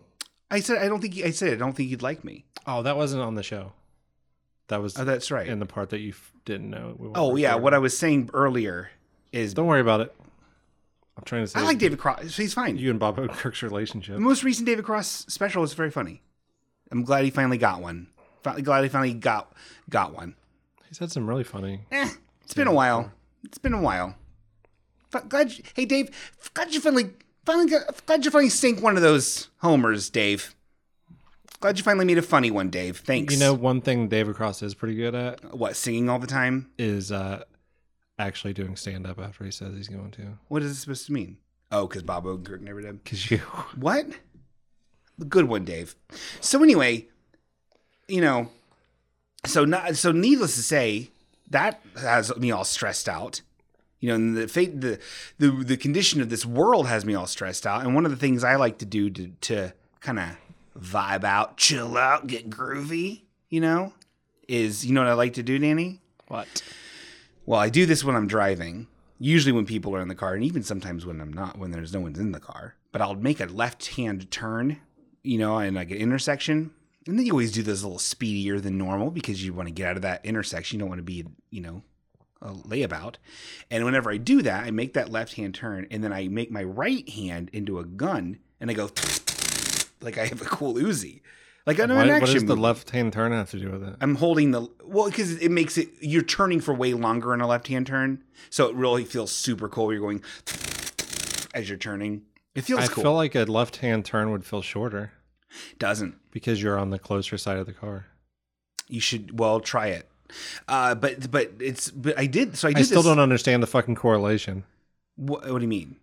[SPEAKER 1] I said I don't think. He, I said I don't think he'd like me.
[SPEAKER 2] Oh, that wasn't on the show. That was
[SPEAKER 1] Oh, that's right.
[SPEAKER 2] in the part that you f- didn't know. We weren't
[SPEAKER 1] Oh yeah,
[SPEAKER 2] recording.
[SPEAKER 1] what I was saying earlier is
[SPEAKER 2] Don't worry about it. I'm trying to say
[SPEAKER 1] I like Mm. David Cross. He's fine.
[SPEAKER 2] you and Bob Odenkirk's relationship.
[SPEAKER 1] the most recent David Cross special was very funny. I'm glad he finally got one. Finally, glad he finally got got one.
[SPEAKER 2] He's had some really funny.
[SPEAKER 1] Eh, it's been a while. It's been a while. F- glad. You, hey Dave, f- glad you finally finally got, glad you finally sank one of those homers, Dave. Glad you finally made a funny one, Dave. Thanks.
[SPEAKER 2] You know, one thing David Cross is pretty good at
[SPEAKER 1] what? Singing all the time.
[SPEAKER 2] is uh, actually doing stand up after he says he's going to.
[SPEAKER 1] What is this supposed to mean? Oh, because Bob Odenkirk never did.
[SPEAKER 2] Because you,
[SPEAKER 1] What? Good one, Dave. So anyway, you know, so not so needless to say, that has me all stressed out. You know, and the fate, the, the the condition of this world has me all stressed out. And one of the things I like to do to to kind of vibe out, chill out, get groovy, you know, is you know what I like to do, Danny?
[SPEAKER 2] what?
[SPEAKER 1] Well, I do this when I'm driving, usually when people are in the car, and even sometimes when I'm not, when there's no one's in the car. But I'll make a left hand turn, you know, in like an intersection. And then you always do this a little speedier than normal because you want to get out of that intersection. You don't want to be, you know, a layabout. And whenever I do that, I make that left hand turn and then I make my right hand into a gun and I go like I have a cool Uzi. Like I know an
[SPEAKER 2] Why,
[SPEAKER 1] action
[SPEAKER 2] what does the
[SPEAKER 1] movie.
[SPEAKER 2] left hand turn have to do with it?
[SPEAKER 1] I'm holding the well because it makes it you're turning for way longer in a left hand turn, so it really feels super cool. You're going as you're turning. It feels
[SPEAKER 2] I
[SPEAKER 1] cool.
[SPEAKER 2] feel like a left hand turn would feel shorter
[SPEAKER 1] Doesn't
[SPEAKER 2] because you're on the closer side of the car.
[SPEAKER 1] you should well try it. Uh, but but it's but I did so I did
[SPEAKER 2] I still
[SPEAKER 1] this-
[SPEAKER 2] don't understand the fucking correlation.
[SPEAKER 1] What, what do you mean?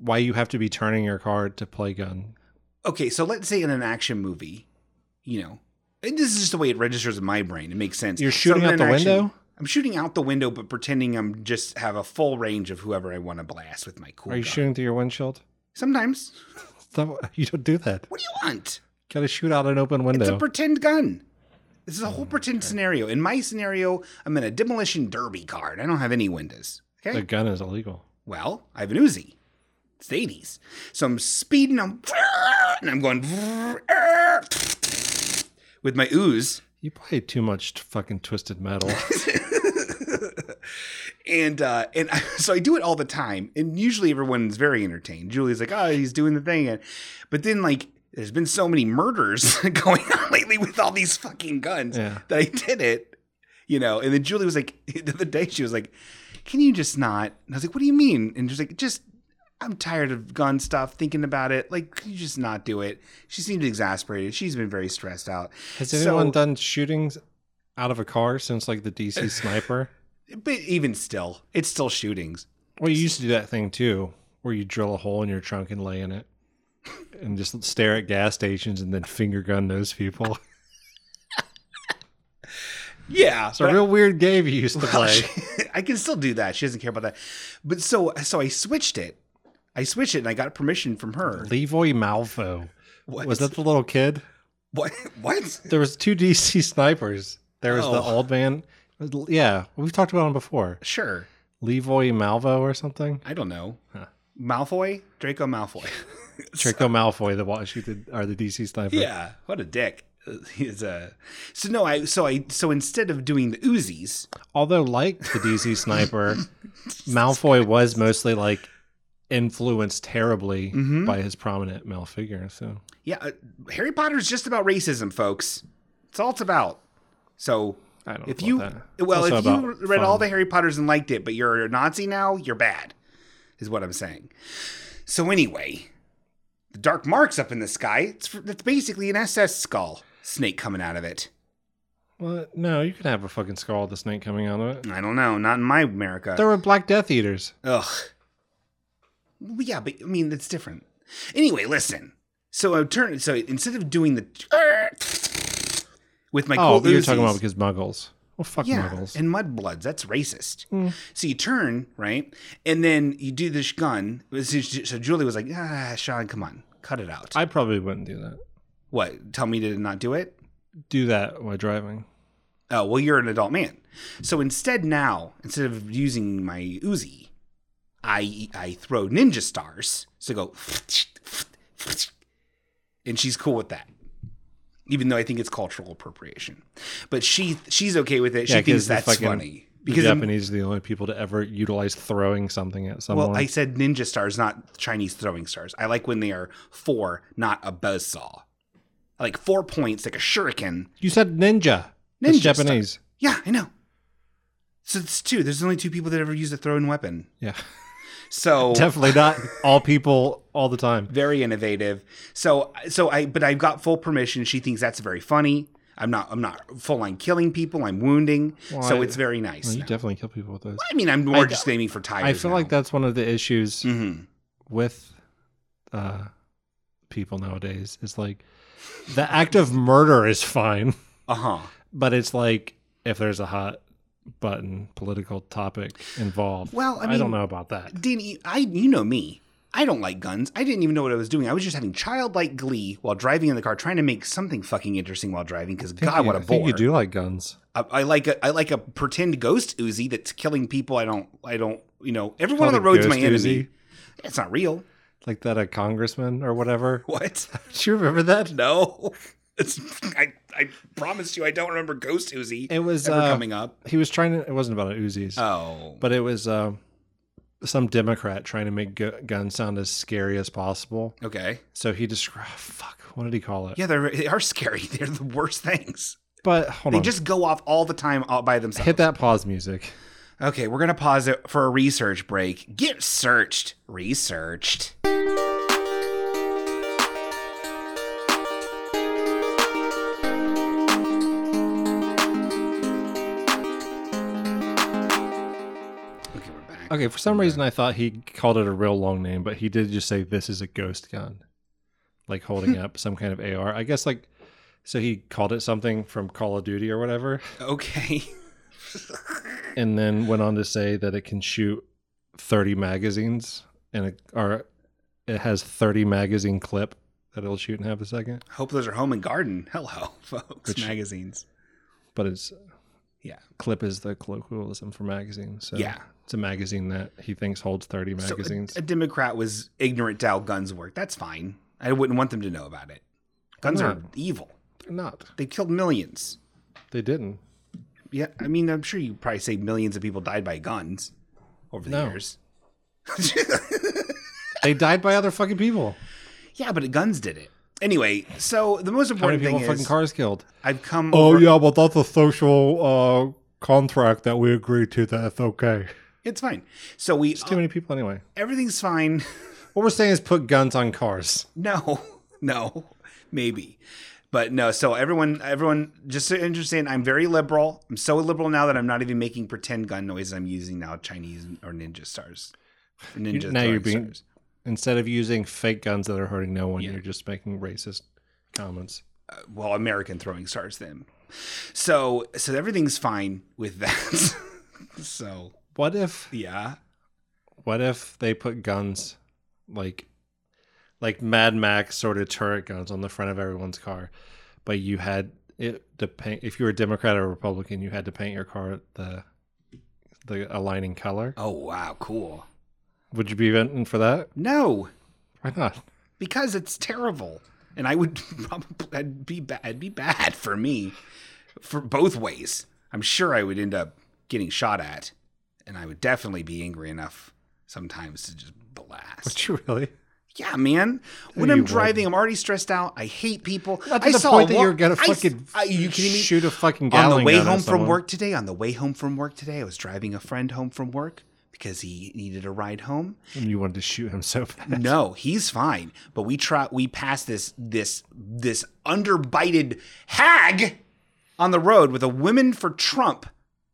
[SPEAKER 2] Why you have to be turning your car to play gun?
[SPEAKER 1] Okay, so let's say in an action movie, you know, and this is just the way it registers in my brain. It makes sense.
[SPEAKER 2] You're shooting
[SPEAKER 1] in
[SPEAKER 2] out
[SPEAKER 1] an
[SPEAKER 2] the window?
[SPEAKER 1] I'm shooting out the window, but pretending I'm just have a full range of whoever I want to blast with my cool.
[SPEAKER 2] Are you
[SPEAKER 1] gun.
[SPEAKER 2] shooting through your windshield?
[SPEAKER 1] Sometimes.
[SPEAKER 2] Stop- You don't do that.
[SPEAKER 1] What do you want?
[SPEAKER 2] Gotta shoot out an open window.
[SPEAKER 1] It's a pretend gun. This is a whole pretend scenario. In my scenario, I'm in a demolition derby car and I don't have any windows. Okay.
[SPEAKER 2] the gun is illegal.
[SPEAKER 1] well, I have an Uzi. It's the 80s. So I'm speeding, I'm and I'm going with my ooze.
[SPEAKER 2] You play too much t- fucking twisted metal.
[SPEAKER 1] And uh, and I, so I do it all the time, and usually everyone's very entertained. Julie's like, "Oh, he's doing the thing," and but then like, there's been so many murders going on lately with all these fucking guns
[SPEAKER 2] Yeah.
[SPEAKER 1] that I did it, you know. And then Julie was like, the other day she was like, "Can you just not?" And I was like, "What do you mean?" And she's like, "Just." I'm tired of gun stuff, thinking about it. Like, can you just not do it? She seemed exasperated. She's been very stressed out.
[SPEAKER 2] Has
[SPEAKER 1] So-
[SPEAKER 2] anyone done shootings out of a car since like the DC sniper?
[SPEAKER 1] But even still, it's still shootings.
[SPEAKER 2] Well, you used to do that thing too, where you drill a hole in your trunk and lay in it, and just stare at gas stations and then finger gun those people.
[SPEAKER 1] Yeah.
[SPEAKER 2] It's a real weird game you used to play.
[SPEAKER 1] I can still do that. She doesn't care about that. But so so I switched it. I switched it and I got permission from her.
[SPEAKER 2] Levoy Malvo.
[SPEAKER 1] What?
[SPEAKER 2] Was that the little kid?
[SPEAKER 1] What? What?
[SPEAKER 2] There was two DC snipers. There was the
[SPEAKER 1] Oh.
[SPEAKER 2] old man. Yeah, we've talked about him before.
[SPEAKER 1] Sure.
[SPEAKER 2] Levoy Malvo or something.
[SPEAKER 1] I don't know. Malfoy? Draco Malfoy.
[SPEAKER 2] Draco Malfoy, the Washington or the DC sniper.
[SPEAKER 1] yeah. What a dick. He's a. So no, I so I so instead of doing the Uzis,
[SPEAKER 2] Although, like the DC sniper, Malfoy was mostly like influenced terribly
[SPEAKER 1] Mm-hmm.
[SPEAKER 2] by his prominent male figure. So
[SPEAKER 1] yeah, uh, Harry Potter's just about racism, folks. It's all it's about. So
[SPEAKER 2] I don't. know
[SPEAKER 1] if
[SPEAKER 2] about
[SPEAKER 1] you
[SPEAKER 2] that. It's
[SPEAKER 1] well,
[SPEAKER 2] also
[SPEAKER 1] if you
[SPEAKER 2] about
[SPEAKER 1] read all
[SPEAKER 2] fun.
[SPEAKER 1] the Harry Potters and liked it, but you're a Nazi now, you're bad, is what I'm saying. So anyway, the dark marks up in the sky. It's that's basically an SS skull snake coming out of it.
[SPEAKER 2] well, no, you could have a fucking skull with a snake coming out of it.
[SPEAKER 1] I don't know. Not in my America.
[SPEAKER 2] There were Black Death Eaters.
[SPEAKER 1] Ugh. Well, yeah, but I mean, it's different. Anyway, listen. So I turn. So instead of doing the with my
[SPEAKER 2] Oh,
[SPEAKER 1] cold
[SPEAKER 2] you're talking
[SPEAKER 1] Uzis-
[SPEAKER 2] about because Muggles. Well, fuck
[SPEAKER 1] yeah,
[SPEAKER 2] Muggles.
[SPEAKER 1] and mudbloods. That's racist. So you turn right, and then you do this gun. So so Julie was like, "Ah, Sean, come on, cut it out."
[SPEAKER 2] I probably wouldn't do that.
[SPEAKER 1] what? Tell me to not do it.
[SPEAKER 2] Do that while driving.
[SPEAKER 1] Oh, well, you're an adult man. So instead, now instead of using my Uzi, I I throw ninja stars. So go, and she's cool with that. Even though I think it's cultural appropriation, but she she's okay with it. She
[SPEAKER 2] Yeah, 'cause
[SPEAKER 1] thinks
[SPEAKER 2] the
[SPEAKER 1] that's
[SPEAKER 2] fucking-
[SPEAKER 1] funny
[SPEAKER 2] Because
[SPEAKER 1] because in-
[SPEAKER 2] Japanese are the only people to ever utilize throwing something at someone.
[SPEAKER 1] well, I said ninja stars, not Chinese throwing stars. I like when they are four, not a buzzsaw. I like four points, like a shuriken.
[SPEAKER 2] you said ninja. It's
[SPEAKER 1] Ninja
[SPEAKER 2] Japanese.
[SPEAKER 1] Yeah, I know. So it's two. There's only two people that ever use a thrown weapon.
[SPEAKER 2] Yeah,
[SPEAKER 1] So
[SPEAKER 2] definitely not all people all the time.
[SPEAKER 1] very innovative. So so I but I've got full permission. She thinks that's very funny. I'm not I'm not full on killing people. I'm wounding.
[SPEAKER 2] Well,
[SPEAKER 1] so
[SPEAKER 2] I-
[SPEAKER 1] it's very nice.
[SPEAKER 2] Well, you
[SPEAKER 1] now.
[SPEAKER 2] definitely kill people with those.
[SPEAKER 1] I mean, I'm more
[SPEAKER 2] I-
[SPEAKER 1] just aiming for tires.
[SPEAKER 2] I feel
[SPEAKER 1] now.
[SPEAKER 2] like that's one of the issues
[SPEAKER 1] Mhm.
[SPEAKER 2] with uh, people nowadays. It's like the act of murder is fine,
[SPEAKER 1] Uh huh.
[SPEAKER 2] but it's like if there's a hot button political topic involved.
[SPEAKER 1] Well, I
[SPEAKER 2] don't
[SPEAKER 1] mean,
[SPEAKER 2] know about that.
[SPEAKER 1] didn't you, I you know me i don't like guns i didn't even know what i was doing i was just having childlike glee while driving in the car trying to make something fucking interesting while driving because god what a
[SPEAKER 2] I think
[SPEAKER 1] bore
[SPEAKER 2] you do like guns.
[SPEAKER 1] I, I like a, i like a pretend ghost uzi that's killing people i don't i don't you know everyone on the road's my enemy it's not real
[SPEAKER 2] Like that a congressman or whatever.
[SPEAKER 1] what
[SPEAKER 2] Do you remember that?
[SPEAKER 1] no it's i i promise you i don't remember ghost uzi
[SPEAKER 2] It was
[SPEAKER 1] ever
[SPEAKER 2] uh,
[SPEAKER 1] coming up
[SPEAKER 2] He was trying to. It wasn't about an Uzis,
[SPEAKER 1] oh
[SPEAKER 2] but it was uh, some Democrat trying to make gu- guns sound as scary as possible.
[SPEAKER 1] okay
[SPEAKER 2] So he described. Fuck. What did he call it?
[SPEAKER 1] yeah they're, they are scary they're the worst things
[SPEAKER 2] But hold
[SPEAKER 1] they
[SPEAKER 2] on.
[SPEAKER 1] just go off all the time all by themselves
[SPEAKER 2] hit that pause music.
[SPEAKER 1] Okay, we're gonna pause it for a research break. Get searched, researched. Okay, we're back.
[SPEAKER 2] Okay. For some reason, I thought he called it a real long name, but he did just say this is a ghost gun, like holding up some kind of AR. I guess like. So he called it something from Call of Duty or whatever.
[SPEAKER 1] Okay.
[SPEAKER 2] and then went on to say that it can shoot 30 magazines and it, or it has 30 magazine clip that it'll shoot in half a second
[SPEAKER 1] Hope those are home and garden. Hello, folks.
[SPEAKER 2] Which-
[SPEAKER 1] Magazines.
[SPEAKER 2] but it's
[SPEAKER 1] Yeah.
[SPEAKER 2] clip is the colloquialism for magazine so
[SPEAKER 1] Yeah.
[SPEAKER 2] it's a magazine that he thinks holds 30
[SPEAKER 1] So uh, a-
[SPEAKER 2] magazines
[SPEAKER 1] a, Democrat was ignorant to how guns work. That's fine. I wouldn't want them to know about it. Guns are
[SPEAKER 2] not?
[SPEAKER 1] evil.
[SPEAKER 2] They're not
[SPEAKER 1] They killed millions.
[SPEAKER 2] they didn't
[SPEAKER 1] Yeah, I mean, I'm sure you probably say millions of people died by guns over the
[SPEAKER 2] No.
[SPEAKER 1] years.
[SPEAKER 2] they died by other fucking people
[SPEAKER 1] Yeah, but guns did it. Anyway, so the most
[SPEAKER 2] how many
[SPEAKER 1] important
[SPEAKER 2] people
[SPEAKER 1] thing
[SPEAKER 2] fucking
[SPEAKER 1] is
[SPEAKER 2] cars killed
[SPEAKER 1] I've come.
[SPEAKER 5] Oh
[SPEAKER 1] over-
[SPEAKER 5] yeah, well that's a social uh, contract that we agreed to. That's okay.
[SPEAKER 1] it's fine. So we
[SPEAKER 2] too many people anyway
[SPEAKER 1] everything's fine.
[SPEAKER 2] what we're saying is put guns on cars
[SPEAKER 1] No, no, maybe, but no. So everyone, everyone, just to understand, I'm very liberal. I'm so liberal now that I'm not even making pretend gun noises. I'm using now Chinese or ninja stars. Ninja
[SPEAKER 2] now you're
[SPEAKER 1] throwing
[SPEAKER 2] being-
[SPEAKER 1] stars.
[SPEAKER 2] instead of using fake guns that are hurting no one
[SPEAKER 1] Yeah.
[SPEAKER 2] you're just making racist comments
[SPEAKER 1] well American throwing stars then. So so everything's fine with that. so
[SPEAKER 2] what if
[SPEAKER 1] yeah.
[SPEAKER 2] What if they put guns like like Mad Max sort of turret guns on the front of everyone's car? but you had it to paint. If you were a Democrat or Republican, you had to paint your car the the aligning color.
[SPEAKER 1] Oh wow, cool.
[SPEAKER 2] Would you be voting for that?
[SPEAKER 1] No,
[SPEAKER 2] Why not?
[SPEAKER 1] because it's terrible, and I would probably that'd be bad. It'd be bad for me, for both ways. I'm sure I would end up getting shot at, and I would definitely be angry enough sometimes to just blast.
[SPEAKER 2] you really?
[SPEAKER 1] Yeah, man. When I'm
[SPEAKER 2] you
[SPEAKER 1] driving, I'm already stressed out. I hate people.
[SPEAKER 2] Not to
[SPEAKER 1] I
[SPEAKER 2] the
[SPEAKER 1] saw
[SPEAKER 2] point
[SPEAKER 1] a
[SPEAKER 2] that you're
[SPEAKER 1] wa-
[SPEAKER 2] gonna
[SPEAKER 1] I s-
[SPEAKER 2] fucking
[SPEAKER 1] I- you kidding me?
[SPEAKER 2] shoot a fucking
[SPEAKER 1] on the
[SPEAKER 2] Gatling
[SPEAKER 1] way
[SPEAKER 2] gun at
[SPEAKER 1] home from
[SPEAKER 2] someone.
[SPEAKER 1] work today. On the way home from work today, I was driving a friend home from work because he needed a ride home.
[SPEAKER 2] And you wanted to shoot him so fast.
[SPEAKER 1] No, he's fine. But we try. We passed this this this underbited hag on the road with a "Women for Trump"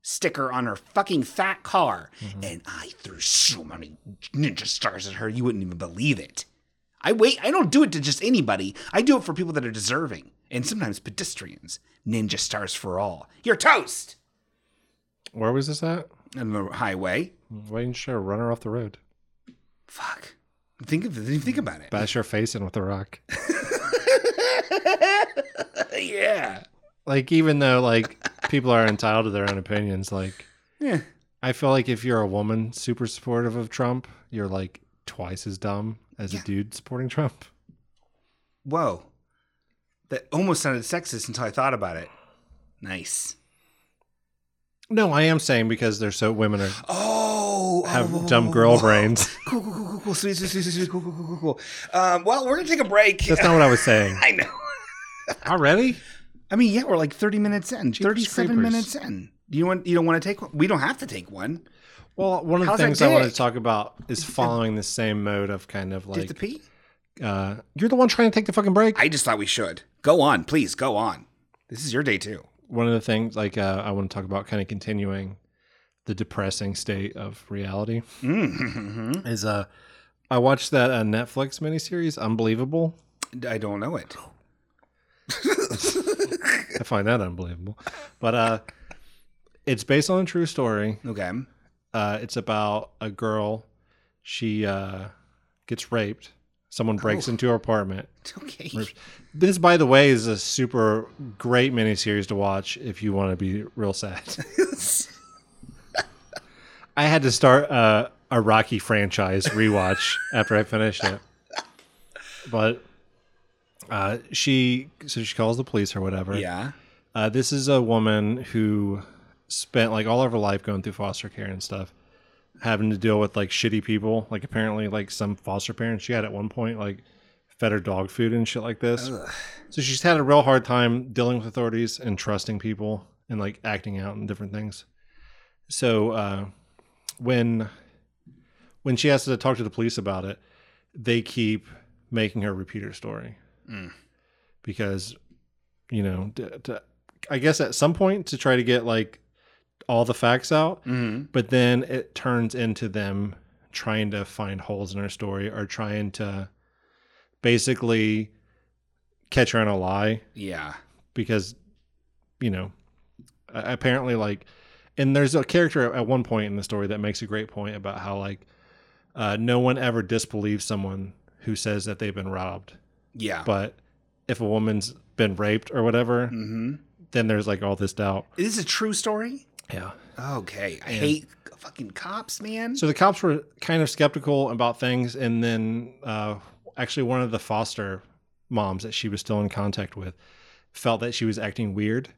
[SPEAKER 1] sticker on her fucking fat car, and I threw so many ninja stars at her. You wouldn't even believe it. I wait. I don't do it to just anybody. I do it for people that are deserving, and sometimes pedestrians. Ninja stars for all. You're toast.
[SPEAKER 2] Where was this at?
[SPEAKER 1] On the highway.
[SPEAKER 2] Why didn't you show a runner off the road?
[SPEAKER 1] Fuck. Think of think about it.
[SPEAKER 2] Bash your face in with a rock.
[SPEAKER 1] yeah.
[SPEAKER 2] like even though like people are entitled to their own opinions like
[SPEAKER 1] Yeah.
[SPEAKER 2] i feel like if you're a woman super supportive of trump you're like twice as dumb as a dude supporting trump
[SPEAKER 1] Whoa. That almost sounded sexist until I thought about it. Nice.
[SPEAKER 2] no i am saying because they're so women are
[SPEAKER 1] Oh,
[SPEAKER 2] have
[SPEAKER 1] oh,
[SPEAKER 2] dumb girl brains
[SPEAKER 1] Cool, cool, cool, cool, cool. Sweet, sweet, sweet, sweet, sweet. Cool, cool, cool, cool, cool. Um, well, we're gonna take a break.
[SPEAKER 2] that's not what i was saying
[SPEAKER 1] I know.
[SPEAKER 2] already
[SPEAKER 1] I mean, yeah, we're like thirty minutes in. Thirty-seven
[SPEAKER 2] creepers.
[SPEAKER 1] minutes in. You want? You don't want to take one? We don't have to take one.
[SPEAKER 2] well one of the
[SPEAKER 1] How's our
[SPEAKER 2] things i wanted
[SPEAKER 1] dick?
[SPEAKER 2] to talk about is following the same mode of kind of
[SPEAKER 1] Just to
[SPEAKER 2] like
[SPEAKER 1] pee.
[SPEAKER 2] uh, you're the one trying to take the fucking break
[SPEAKER 1] I just thought we should go on. Please go on. This is your day too.
[SPEAKER 2] one of the things like uh, i want to talk about kind of continuing the depressing state of reality
[SPEAKER 1] Mm-hmm.
[SPEAKER 2] is uh I watched that uh, Netflix miniseries, Unbelievable.
[SPEAKER 1] I don't know it.
[SPEAKER 2] I find that unbelievable, but uh, it's based on a true story.
[SPEAKER 1] Okay.
[SPEAKER 2] Uh, it's about a girl. She uh, gets raped. Someone breaks into her apartment.
[SPEAKER 1] Okay.
[SPEAKER 2] This, by the way, is a super great miniseries to watch if you want to be real sad. I had to start uh, a Rocky franchise rewatch after I finished it. But uh, she, so she calls the police or whatever.
[SPEAKER 1] Yeah.
[SPEAKER 2] Uh, this is a woman who spent like all of her life going through foster care and stuff, having to deal with like shitty people. Like apparently, like some foster parents she had at one point like fed her dog food and shit like this. So she's had a real hard time dealing with authorities and trusting people and like acting out and different things. So uh, when when she has to talk to the police about it, they keep making her repeat her story because you know, d to, I guess at some point to try to get like all the facts out,
[SPEAKER 1] Mm. Mm-hmm.
[SPEAKER 2] but then it turns into them trying to find holes in her story or trying to basically catch her in a lie
[SPEAKER 1] Yeah.
[SPEAKER 2] because you know a- apparently like and there's a character at one point in the story that makes a great point about how like uh, no one ever disbelieves someone who says that they've been robbed
[SPEAKER 1] Yeah.
[SPEAKER 2] but if a woman's been raped or whatever,
[SPEAKER 1] Mm.
[SPEAKER 2] then there's like all this doubt.
[SPEAKER 1] Is this a true story?
[SPEAKER 2] Yeah.
[SPEAKER 1] Okay. I hate fucking cops, man.
[SPEAKER 2] So the cops were kind of skeptical about things, and then uh, actually one of the foster moms that she was still in contact with felt that she was acting weird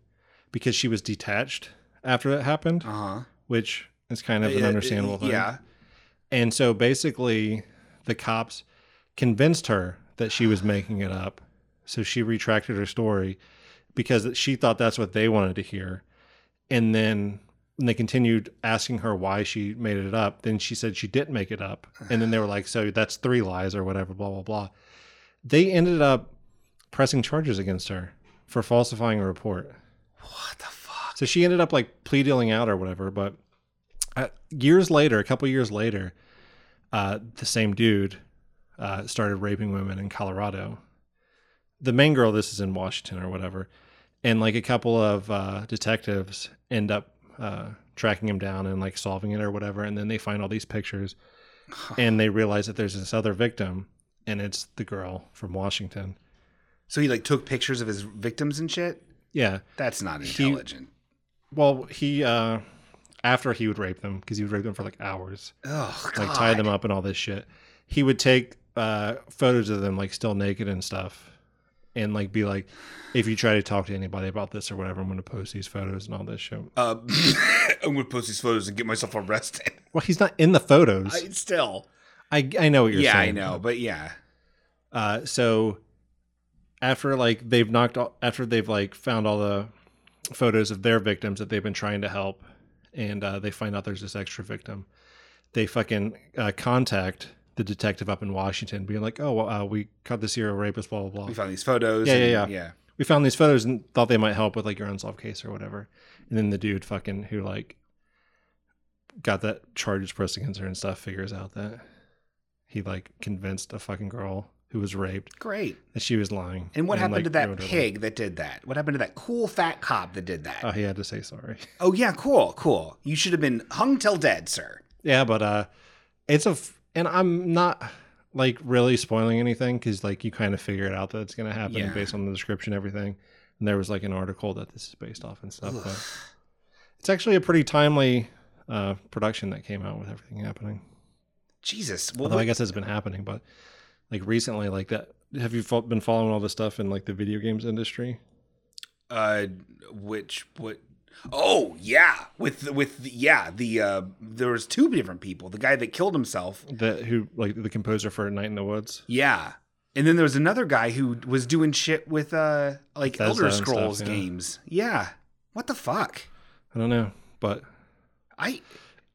[SPEAKER 2] because she was detached after it happened,
[SPEAKER 1] uh-huh.
[SPEAKER 2] which is kind of an understandable thing.
[SPEAKER 1] Yeah.
[SPEAKER 2] And so basically, the cops convinced her that she was making it up. So she retracted her story because she thought that's what they wanted to hear. And then when they continued asking her why she made it up, then she said she didn't make it up. And then they were like, so that's three lies or whatever, blah, blah, blah. They ended up pressing charges against her for falsifying a report.
[SPEAKER 1] What the fuck?
[SPEAKER 2] So she ended up like plea dealing out or whatever. But uh, years later, a couple years later, uh, the same dude uh, started raping women in Colorado. The main girl, this is in Washington or whatever, and like a couple of uh, detectives end up uh, tracking him down and like solving it or whatever, and then they find all these pictures, and they realize that there's this other victim, and it's the girl from Washington,
[SPEAKER 1] So he like took pictures of his victims and shit.
[SPEAKER 2] Yeah.
[SPEAKER 1] That's not intelligent.
[SPEAKER 2] Well, he uh after he would rape them because he would rape them for like hours,
[SPEAKER 1] oh god.
[SPEAKER 2] like tie them up and all this shit. He would take uh photos of them like still naked and stuff, and like be like, if you try to talk to anybody about this or whatever, I'm going to post these photos and all this shit.
[SPEAKER 1] Uh, I'm gonna post these photos and get myself arrested.
[SPEAKER 2] well, he's not in the photos.
[SPEAKER 1] I, still.
[SPEAKER 2] I I know what you're
[SPEAKER 1] yeah,
[SPEAKER 2] saying.
[SPEAKER 1] I know, but yeah.
[SPEAKER 2] Uh, so after like they've knocked all, after they've like found all the photos of their victims that they've been trying to help, and uh, they find out there's this extra victim, they fucking uh, contact the detective up in Washington, being like, "Oh, well, uh, we caught this serial rapist, blah blah blah.
[SPEAKER 1] We found these photos.
[SPEAKER 2] Yeah,
[SPEAKER 1] and-
[SPEAKER 2] yeah, yeah.
[SPEAKER 1] yeah.
[SPEAKER 2] We found these photos and thought they might help with like your unsolved case or whatever." And then the dude fucking who like got that charges pressed against her and stuff figures out that he like convinced a fucking girl who was raped
[SPEAKER 1] Great.
[SPEAKER 2] that she was lying.
[SPEAKER 1] And what happened
[SPEAKER 2] like,
[SPEAKER 1] to that
[SPEAKER 2] ruined her
[SPEAKER 1] pig that did that? What happened to that cool fat cop that did that?
[SPEAKER 2] life. Oh, he had to say sorry.
[SPEAKER 1] oh yeah, cool, cool. You should have been hung till dead, sir.
[SPEAKER 2] yeah, but uh, it's a f- and I'm not like really spoiling anything because like you kind of figure it out that it's gonna happen
[SPEAKER 1] Yeah.
[SPEAKER 2] based on the description, and everything. And there was like an article that this is based off and stuff. But it's actually a pretty timely uh, production that came out with everything happening.
[SPEAKER 1] Jesus. Well,
[SPEAKER 2] Although I
[SPEAKER 1] what-
[SPEAKER 2] guess it's been happening, but like recently, like that. Have you fo- been following all this stuff in like the video games industry?
[SPEAKER 1] uh, which what? Oh yeah, with the- with the, yeah the uh, there was two different people. The guy that killed himself.
[SPEAKER 2] That who like the composer for Night in the Woods?
[SPEAKER 1] Yeah. And then there was another guy who was doing shit with uh like
[SPEAKER 2] Bethesda
[SPEAKER 1] Elder
[SPEAKER 2] and stuff,
[SPEAKER 1] Scrolls
[SPEAKER 2] yeah.
[SPEAKER 1] games. Yeah. What the fuck?
[SPEAKER 2] I don't know, but
[SPEAKER 1] I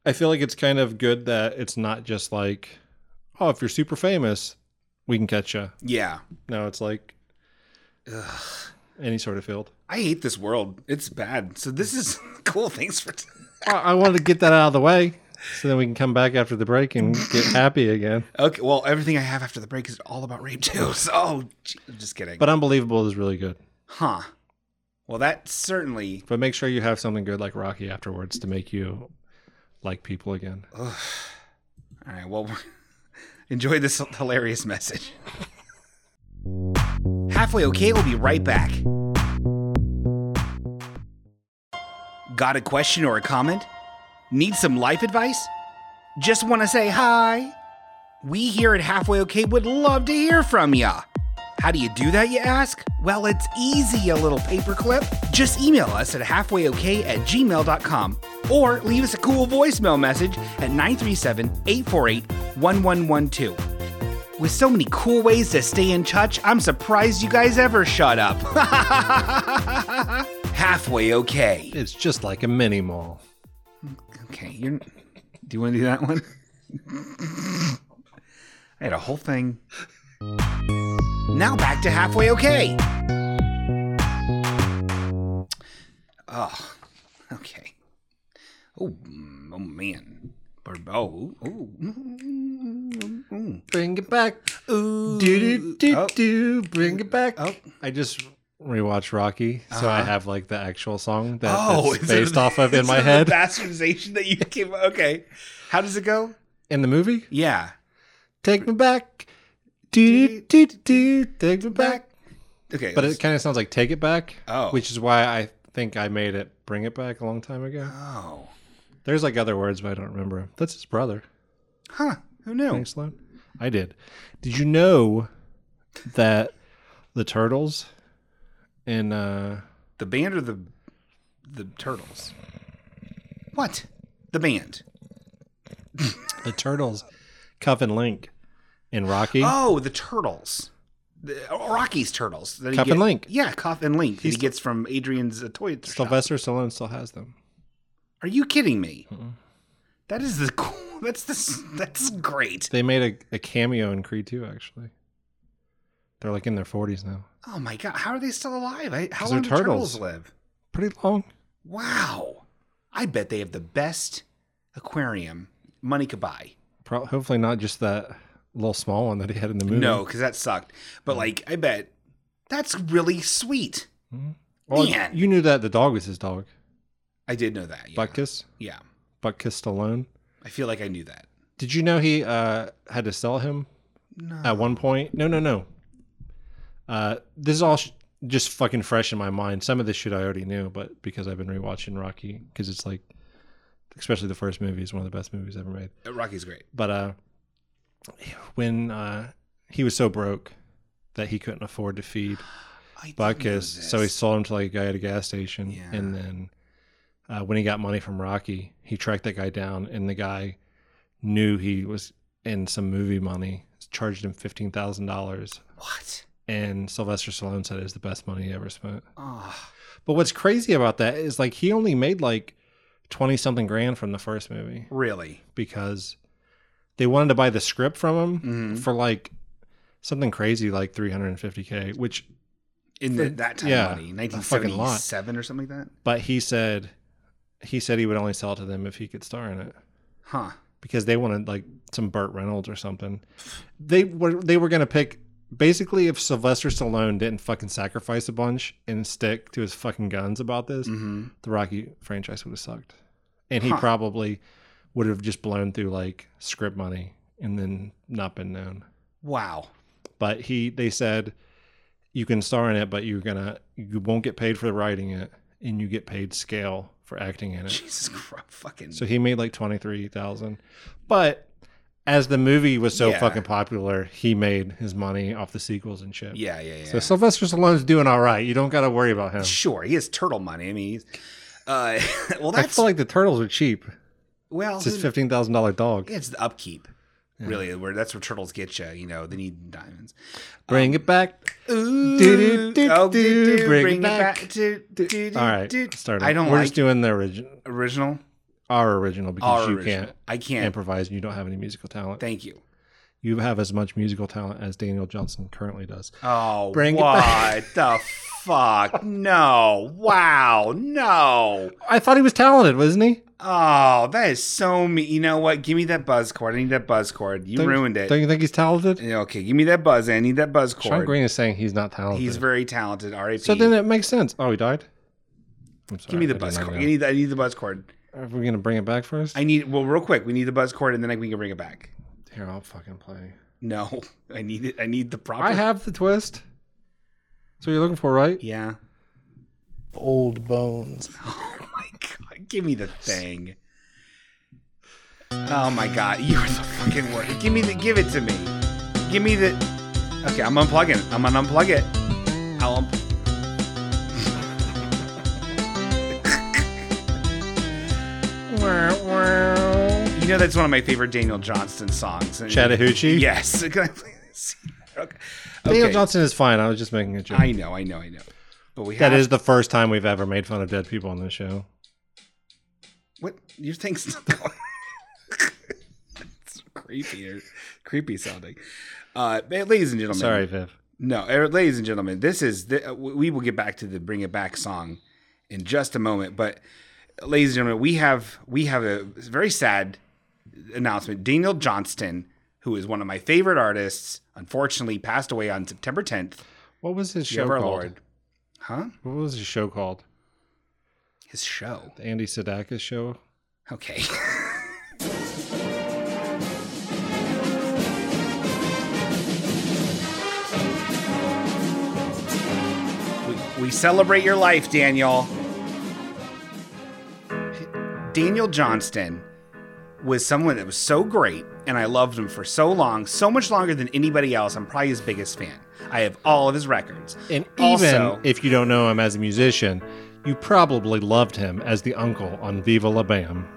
[SPEAKER 2] I feel like it's kind of good that it's not just like, oh, if you're super famous, we can catch you.
[SPEAKER 1] yeah.
[SPEAKER 2] No, it's like any sort of field.
[SPEAKER 1] I hate this world. It's bad. So this is cool things for t-
[SPEAKER 2] I I wanted to get that out of the way so then we can come back after the break and get happy again.
[SPEAKER 1] Okay, well, everything I have after the break is all about rape too. So oh, gee, I'm just kidding.
[SPEAKER 2] But Unbelievable is really good.
[SPEAKER 1] huh. Well, that certainly
[SPEAKER 2] But make sure you have something good like Rocky afterwards to make you like people again.
[SPEAKER 1] All right. Well, enjoy this hilarious message. Halfway okay, we'll be right back. Got a question or a comment? Need some life advice? Just want to say hi? We here at Halfway Okay would love to hear from ya. How do you do that, you ask? Well, it's easy, a little paperclip. Just email us at halfwayok at gmail.com or leave us a cool voicemail message at 937 848 1112. With so many cool ways to stay in touch, I'm surprised you guys ever shut up. Halfway okay.
[SPEAKER 2] It's just like a mini mall.
[SPEAKER 1] Okay, you're. Do you want to do that one? I had a whole thing. Now back to halfway. Okay. Oh, okay. Oh, mm, oh man. Or- Oh, ooh, ooh, ooh.
[SPEAKER 2] Bring it back.
[SPEAKER 1] Ooh.
[SPEAKER 2] Do do do
[SPEAKER 1] Oh.
[SPEAKER 2] do. Bring it back. Uh-huh.
[SPEAKER 1] Oh.
[SPEAKER 2] I just rewatched Rocky, so I have like the actual song that
[SPEAKER 1] Oh,
[SPEAKER 2] it's
[SPEAKER 1] is
[SPEAKER 2] based
[SPEAKER 1] it-
[SPEAKER 2] off of in
[SPEAKER 1] is
[SPEAKER 2] my
[SPEAKER 1] it the
[SPEAKER 2] head.
[SPEAKER 1] bastardization that you came. Okay, how does it go?
[SPEAKER 2] in the movie,
[SPEAKER 1] Yeah.
[SPEAKER 2] take me back. Do do do do. Take me back.
[SPEAKER 1] Okay,
[SPEAKER 2] But
[SPEAKER 1] let's-
[SPEAKER 2] it kind of sounds like "Take It Back,"
[SPEAKER 1] Oh.
[SPEAKER 2] which is why I think I made it "Bring It Back" a long time ago.
[SPEAKER 1] oh,
[SPEAKER 2] There's like other words, but I don't remember. 'em. That's his brother.
[SPEAKER 1] huh? Who knew?
[SPEAKER 2] Thanks, Sloan. I did. Did you know that the turtles in uh,
[SPEAKER 1] The band or the the turtles? What? The band.
[SPEAKER 2] the turtles, Cuff and Link, in Rocky?
[SPEAKER 1] Oh, the turtles. The, uh, Rocky's turtles. that he
[SPEAKER 2] Cuff and
[SPEAKER 1] get-
[SPEAKER 2] Link.
[SPEAKER 1] Yeah, Cuff and Link. That he gets from Adrian's uh, toy shop.
[SPEAKER 2] Sylvester Stallone still has them.
[SPEAKER 1] Are you kidding me? That is the cool. That's the s- that's great.
[SPEAKER 2] They made a, a cameo in Creed 2, actually. They're like in their 40s now.
[SPEAKER 1] Oh my god, how are they still alive? I, how
[SPEAKER 2] 'Cause they're
[SPEAKER 1] long do turtles.
[SPEAKER 2] turtles.
[SPEAKER 1] live?
[SPEAKER 2] Pretty long.
[SPEAKER 1] Wow. I bet they have the best aquarium money could buy.
[SPEAKER 2] Pro- hopefully not just that little small one that he had in the movie.
[SPEAKER 1] No, because that sucked.
[SPEAKER 2] Mm-hmm.
[SPEAKER 1] But like, I bet that's really sweet.
[SPEAKER 2] Well,
[SPEAKER 1] man.
[SPEAKER 2] Oh, You knew that the dog was his dog.
[SPEAKER 1] I did know that. Yeah.
[SPEAKER 2] Butkus.
[SPEAKER 1] yeah.
[SPEAKER 2] Butkus Stallone.
[SPEAKER 1] I feel like I knew that.
[SPEAKER 2] Did you know he uh, had to sell him
[SPEAKER 1] No.
[SPEAKER 2] at one point? No, no, no. Uh, this is all sh- just fucking fresh in my mind. Some of this shit I already knew, but because I've been rewatching Rocky, because it's like, especially the first movie is one of the best movies ever made.
[SPEAKER 1] Rocky's great.
[SPEAKER 2] But uh, when uh, he was so broke that he couldn't afford to feed
[SPEAKER 1] I did know
[SPEAKER 2] Butkus, so he
[SPEAKER 1] this.
[SPEAKER 2] sold him to like a guy at a gas station,
[SPEAKER 1] Yeah.
[SPEAKER 2] and then uh, when he got money from Rocky, he tracked that guy down, and the guy knew he was in some movie money, charged him fifteen thousand dollars,
[SPEAKER 1] what?
[SPEAKER 2] and Sylvester Stallone said it was the best money he ever spent.
[SPEAKER 1] Oh,
[SPEAKER 2] But what's crazy about that is like he only made like twenty something grand from the first movie
[SPEAKER 1] really?
[SPEAKER 2] because they wanted to buy the script from him
[SPEAKER 1] Mhm.
[SPEAKER 2] for like something crazy like three hundred and fifty k, which
[SPEAKER 1] In the, that time
[SPEAKER 2] yeah,
[SPEAKER 1] money,
[SPEAKER 2] a fucking lot.
[SPEAKER 1] 1977 or something like that?
[SPEAKER 2] but he said he said he would only sell it to them if he could star in it
[SPEAKER 1] Huh.
[SPEAKER 2] because they wanted like some Burt Reynolds or something. They were they were gonna pick basically if Sylvester Stallone didn't fucking sacrifice a bunch and stick to his fucking guns about this,
[SPEAKER 1] Mm-hmm.
[SPEAKER 2] the Rocky franchise would have sucked, and he
[SPEAKER 1] Huh.
[SPEAKER 2] probably would have just blown through like script money and then not been known.
[SPEAKER 1] Wow.
[SPEAKER 2] But he they said you can star in it, but you're gonna you won't get paid for writing it, and you get paid scale for acting in it.
[SPEAKER 1] Jesus Christ. Fucking.
[SPEAKER 2] So he made like twenty three thousand, but as the movie was so
[SPEAKER 1] Yeah.
[SPEAKER 2] fucking popular, he made his money off the sequels and shit.
[SPEAKER 1] yeah, yeah, yeah.
[SPEAKER 2] So Sylvester Stallone's doing all right. You don't got to worry about him.
[SPEAKER 1] sure, he has turtle money. I mean, he's, uh, well,
[SPEAKER 2] I
[SPEAKER 1] that's
[SPEAKER 2] feel like the turtles are cheap.
[SPEAKER 1] well,
[SPEAKER 2] It's his
[SPEAKER 1] who-
[SPEAKER 2] fifteen thousand dollar dog.
[SPEAKER 1] it's the upkeep. Really, where that's where turtles get you. You know, they need diamonds.
[SPEAKER 2] Bring it back.
[SPEAKER 1] Ooh,
[SPEAKER 2] do, do,
[SPEAKER 1] oh, do,
[SPEAKER 2] do,
[SPEAKER 1] do,
[SPEAKER 2] bring
[SPEAKER 1] bring it
[SPEAKER 2] back.
[SPEAKER 1] back. Do, do, do,
[SPEAKER 2] All right,
[SPEAKER 1] do.
[SPEAKER 2] start. it.
[SPEAKER 1] I don't
[SPEAKER 2] We're
[SPEAKER 1] like
[SPEAKER 2] just doing the original,
[SPEAKER 1] original.
[SPEAKER 2] our original,
[SPEAKER 1] Our
[SPEAKER 2] because you
[SPEAKER 1] original.
[SPEAKER 2] can't
[SPEAKER 1] I can't.
[SPEAKER 2] improvise and you don't have any musical talent.
[SPEAKER 1] Thank you.
[SPEAKER 2] you have as much musical talent as Daniel Johnson currently does.
[SPEAKER 1] Oh,
[SPEAKER 2] Bring it
[SPEAKER 1] what
[SPEAKER 2] back.
[SPEAKER 1] the fuck? No! Wow! No!
[SPEAKER 2] I thought he was talented, wasn't he?
[SPEAKER 1] Oh, that is so me. You know what? Give me that buzz cord. I need that buzz cord. You
[SPEAKER 2] Don't-
[SPEAKER 1] ruined it.
[SPEAKER 2] Don't you think he's talented?
[SPEAKER 1] Yeah, Okay, give me that buzz. I need that buzz
[SPEAKER 2] Sean
[SPEAKER 1] cord.
[SPEAKER 2] Green is saying he's not talented.
[SPEAKER 1] He's very talented. R.A.P.
[SPEAKER 2] so then it makes sense. Oh, he died. I'm sorry,
[SPEAKER 1] give me the
[SPEAKER 2] I did
[SPEAKER 1] buzz
[SPEAKER 2] not
[SPEAKER 1] cord.
[SPEAKER 2] know.
[SPEAKER 1] You need. I need the buzz cord.
[SPEAKER 2] Are we gonna bring it back first?
[SPEAKER 1] I need. Well, real quick, we need the buzz cord, and then we can bring it back.
[SPEAKER 2] Here, I'll fucking play.
[SPEAKER 1] No, I need it. I need the proper.
[SPEAKER 2] I have the twist. So you're looking for right?
[SPEAKER 1] Yeah.
[SPEAKER 6] old bones.
[SPEAKER 1] Oh my god! Give me the thing. Oh my god! You are the fucking worst. Give me the. Give it to me. Give me the. Okay, I'm unplugging. it. I'm gonna unplug it. I'll. Un- You know that's one of my favorite Daniel Johnston songs. And-
[SPEAKER 2] Chattahoochee.
[SPEAKER 1] Yes. Can I play this? Okay.
[SPEAKER 2] Daniel
[SPEAKER 1] Okay.
[SPEAKER 2] Johnson is fine. I was just making a joke.
[SPEAKER 1] I know, I know, I know. But we
[SPEAKER 2] That
[SPEAKER 1] have,
[SPEAKER 2] is the first time we've ever made fun of dead people on this show.
[SPEAKER 1] what your thing's still going. it's creepy, er, creepy sounding. Uh, but ladies and gentlemen,
[SPEAKER 2] Sorry, Viv.
[SPEAKER 1] no, er, ladies and gentlemen, this is the, uh, w- we will get back to the "Bring It Back" song in just a moment. But, ladies and gentlemen, we have we have a very sad announcement. Daniel Johnston, who is one of my favorite artists, unfortunately passed away on September 10th.
[SPEAKER 2] What was his
[SPEAKER 1] Year
[SPEAKER 2] show
[SPEAKER 1] of our
[SPEAKER 2] called?
[SPEAKER 1] Lord, huh?
[SPEAKER 2] What was his show called?
[SPEAKER 1] His show.
[SPEAKER 2] The Andy Sedakis show.
[SPEAKER 1] Okay. we, we celebrate your life, Daniel. Daniel Johnston was someone that was so great, and I loved him for so long, so much longer than anybody else. I'm probably his biggest fan. I have all of his records.
[SPEAKER 2] And even
[SPEAKER 1] Also-
[SPEAKER 2] if you don't know him as a musician, you probably loved him as the uncle on Viva La Bam,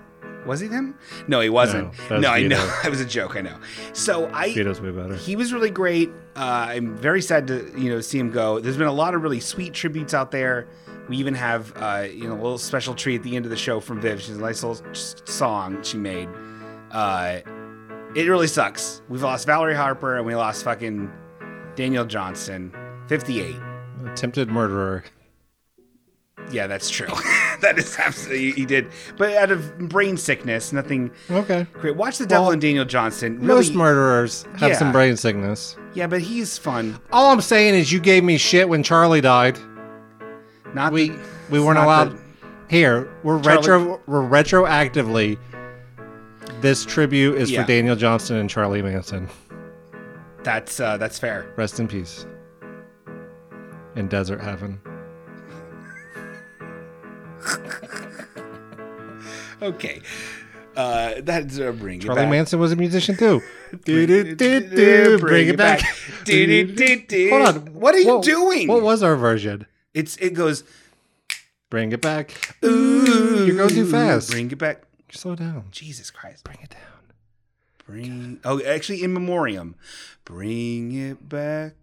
[SPEAKER 1] Was he them? No, he wasn't.
[SPEAKER 2] that
[SPEAKER 1] No,
[SPEAKER 2] was
[SPEAKER 1] I know.
[SPEAKER 2] Vito.
[SPEAKER 1] It was a joke. I know. So I
[SPEAKER 2] Vito's way better.
[SPEAKER 1] He was really great. Uh, I'm very sad to you know see him go. There's been a lot of really sweet tributes out there. We even have uh, you know a little special treat at the end of the show from Viv. She's a nice little s- song she made. Uh, it really sucks. We've lost Valerie Harper and we lost fucking Daniel Johnson, 58.
[SPEAKER 2] attempted murderer.
[SPEAKER 1] Yeah, that's true. that is absolutely he did, but out of brain sickness, nothing.
[SPEAKER 2] Okay.
[SPEAKER 1] Great. Watch the Devil
[SPEAKER 2] Well,
[SPEAKER 1] and Daniel Johnson. Really,
[SPEAKER 2] Most murderers have
[SPEAKER 1] Yeah.
[SPEAKER 2] some brain sickness.
[SPEAKER 1] yeah, but he's fun.
[SPEAKER 2] All I'm saying is you gave me shit when Charlie died.
[SPEAKER 1] Not
[SPEAKER 2] We
[SPEAKER 1] the-
[SPEAKER 2] we
[SPEAKER 1] it's
[SPEAKER 2] weren't
[SPEAKER 1] not
[SPEAKER 2] allowed
[SPEAKER 1] the-
[SPEAKER 2] here. We're
[SPEAKER 1] Charlie-
[SPEAKER 2] retro we're retroactively this tribute is
[SPEAKER 1] Yeah.
[SPEAKER 2] for Daniel Johnston and Charlie Manson.
[SPEAKER 1] That's uh, that's fair.
[SPEAKER 2] Rest in peace. in Desert Heaven.
[SPEAKER 1] Okay. Uh, that's uh, bring it
[SPEAKER 2] Charlie
[SPEAKER 1] back.
[SPEAKER 2] Manson was a musician too.
[SPEAKER 1] Do-do-do-do,
[SPEAKER 2] Do-do-do-do, Bring it back.
[SPEAKER 1] Do-do-do-do.
[SPEAKER 2] Hold on.
[SPEAKER 1] What are you
[SPEAKER 2] What-
[SPEAKER 1] doing?
[SPEAKER 2] What was our version?
[SPEAKER 1] It's it goes.
[SPEAKER 2] Bring it back.
[SPEAKER 1] Uh,
[SPEAKER 2] Ooh, Mm, you're going too fast.
[SPEAKER 1] Bring it back.
[SPEAKER 2] Slow down.
[SPEAKER 1] Jesus Christ.
[SPEAKER 2] Bring it down.
[SPEAKER 1] Bring. Oh, actually, in memoriam. Bring it back.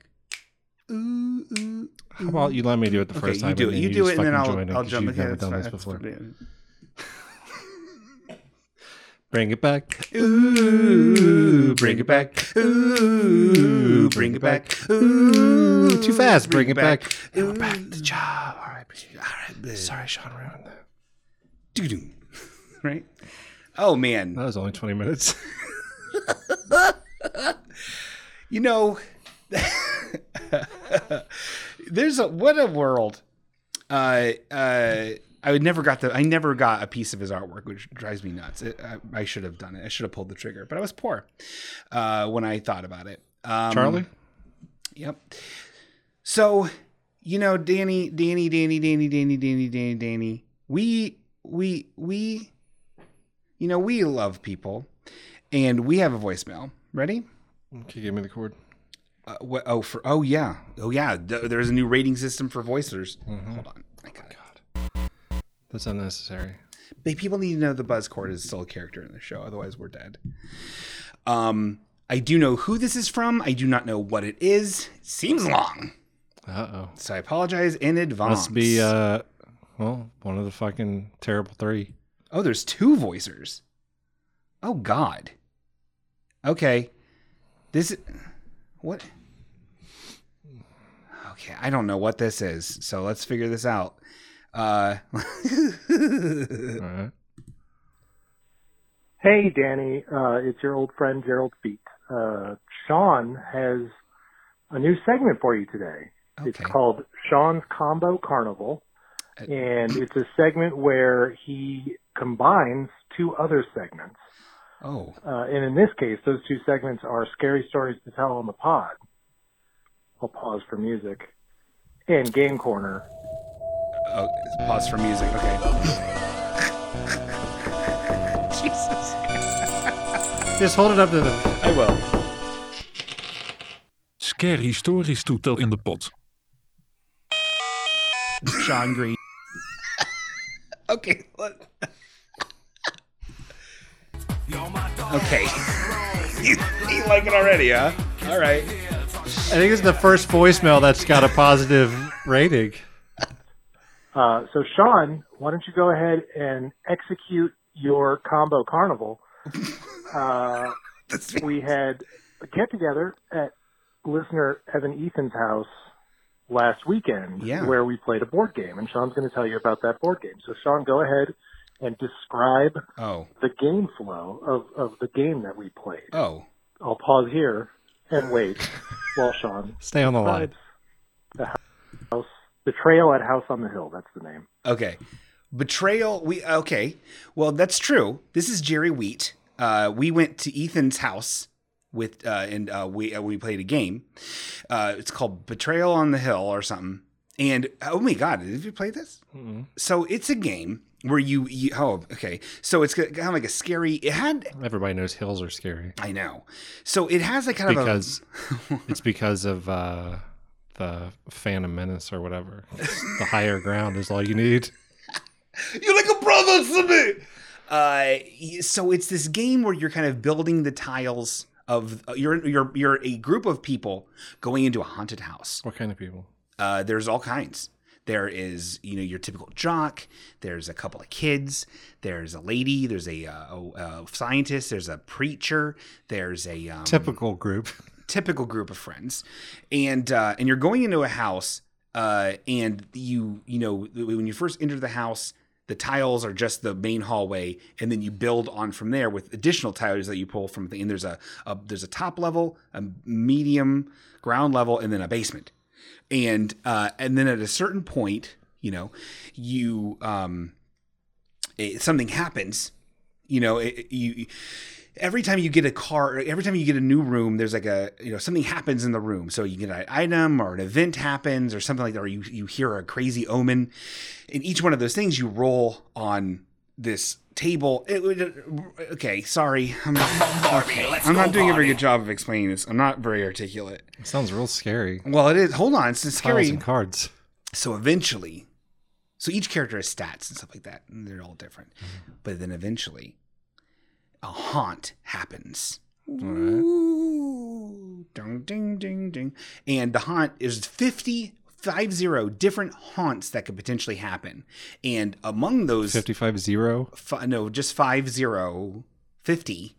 [SPEAKER 1] Ooh, ooh.
[SPEAKER 2] How about you let me do it the
[SPEAKER 1] Okay,
[SPEAKER 2] first time?
[SPEAKER 1] you do it.
[SPEAKER 2] and
[SPEAKER 1] You do it, and then
[SPEAKER 2] fucking
[SPEAKER 1] I'll,
[SPEAKER 2] join in
[SPEAKER 1] I'll
[SPEAKER 2] 'cause
[SPEAKER 1] jump.
[SPEAKER 2] You've
[SPEAKER 1] Okay,
[SPEAKER 2] never
[SPEAKER 1] that's
[SPEAKER 2] done
[SPEAKER 1] fine,
[SPEAKER 2] this
[SPEAKER 1] that's
[SPEAKER 2] before.
[SPEAKER 1] fine.
[SPEAKER 2] Bring it back.
[SPEAKER 1] Ooh, bring it back. Ooh, bring it back. Ooh,
[SPEAKER 2] Too fast. Bring it back.
[SPEAKER 1] Ooh, back to job. All right,
[SPEAKER 2] Sorry, Sean ruined that.
[SPEAKER 1] Doo-doo. Right. Oh man.
[SPEAKER 2] That was only 20 minutes.
[SPEAKER 1] you know there's a what a world uh uh I would never got the I never got a piece of his artwork, which drives me nuts. It, I, I should have done it. I should have pulled the trigger, but I was poor uh, when I thought about it. Um,
[SPEAKER 2] Charlie?
[SPEAKER 1] Yep. So, you know, Danny, Danny, Danny, Danny, Danny, Danny, Danny, Danny. We, we, we. You know, we love people, and we have a voicemail. Ready?
[SPEAKER 2] Okay, give me the cord.
[SPEAKER 1] Uh, what, oh, for oh yeah, oh yeah. Th- there's a new rating system for voicers. Hold on, I got it.
[SPEAKER 2] That's unnecessary.
[SPEAKER 1] But people need to know the Buzzcord is still a character in the show, otherwise we're dead. Um, I do know who this is from. I do not know what it is. Seems long,
[SPEAKER 2] Uh oh.
[SPEAKER 1] so I apologize in advance.
[SPEAKER 2] Must be, uh, well, one of the fucking terrible three.
[SPEAKER 1] oh, there's two voicers. Oh God. Okay, this what? Okay, I don't know what this is, so let's figure this out. Uh,
[SPEAKER 2] All right.
[SPEAKER 7] Hey, Danny, uh, it's your old friend Gerald Feet. Uh, Sean has a new segment for you today. It's
[SPEAKER 1] Okay.
[SPEAKER 7] called Sean's Combo Carnival, and it's a segment where he combines two other segments.
[SPEAKER 1] Oh,
[SPEAKER 7] Uh, and in this case, those two segments are Scary Stories to Tell on the Pod. I'll pause for music. And Game Corner.
[SPEAKER 1] oh pause for music. Okay. Jesus.
[SPEAKER 2] Just hold it up to the.
[SPEAKER 1] I will.
[SPEAKER 8] Scary Stories toetel in de pot.
[SPEAKER 1] Sean Green. okay. let- okay. you, you like it already, huh? All right.
[SPEAKER 2] I think it's the first voicemail that's got a positive rating.
[SPEAKER 7] Uh, so, Sean, why don't you go ahead and execute your combo carnival? Uh,
[SPEAKER 1] That's-
[SPEAKER 7] we had a get together at listener Evan Ethan's house last weekend
[SPEAKER 1] Yeah.
[SPEAKER 7] where we played a board game, and Sean's going to tell you about that board game. So, Sean, go ahead and describe
[SPEAKER 1] oh.
[SPEAKER 7] the game flow of, of the game that we played.
[SPEAKER 1] Oh.
[SPEAKER 7] I'll pause here and wait while Sean
[SPEAKER 2] Stay on the line.
[SPEAKER 7] describes the house, the trail at House on the Hill. That's the name.
[SPEAKER 1] Okay. Betrayal. We okay. Well, that's true. This is Jerry Wheat. Uh, we went to Ethan's house with, uh, and uh, we uh, we played a game. Uh, it's called Betrayal on the Hill or something. And oh my god, did you play this? So it's a game where you, you oh okay. So it's kind of like a scary. It had
[SPEAKER 2] Everybody knows hills are scary
[SPEAKER 1] I know. So it has like kind
[SPEAKER 2] because
[SPEAKER 1] of a
[SPEAKER 2] it's because of uh, the Phantom Menace or whatever. It's the higher ground is all you need.
[SPEAKER 1] You're like a brother to me. Uh, y- so it's this game where you're kind of building the tiles of uh, you're you're you're a group of people going into a haunted house.
[SPEAKER 2] What kind of people?
[SPEAKER 1] Uh, there's all kinds. There is you know your typical jock. There's a couple of kids. There's a lady. There's a, uh, a, a scientist. There's a preacher. There's a um,
[SPEAKER 2] Typical group.
[SPEAKER 1] typical group of friends and uh, and you're going into a house uh, and you you know when you first enter the house the tiles are just the main hallway and then you build on from there with additional tiles that you pull from the and there's a, a there's a top level a medium ground level and then a basement and uh, and then at a certain point you know you um it, something happens you know it, you every time you get a car, every time you get a new room, there's like a you know something happens in the room. So you get an item or an event happens or something like that, or you you hear a crazy omen. In each one of those things, you roll on this table. It would- okay, sorry, I'm not, okay. I'm not doing a very good job of explaining this. I'm not very articulate.
[SPEAKER 2] It sounds real scary.
[SPEAKER 1] Well, it is. Hold on, it's
[SPEAKER 2] Piles
[SPEAKER 1] scary.
[SPEAKER 2] and cards.
[SPEAKER 1] So eventually, so each character has stats and stuff like that, and they're all different. But then eventually, a haunt happens. Ooh. Ding, ding, ding, ding. And the haunt is 50, 50 different haunts that could potentially happen. And among those,
[SPEAKER 2] 55 0.
[SPEAKER 1] fi- no, just 50, 50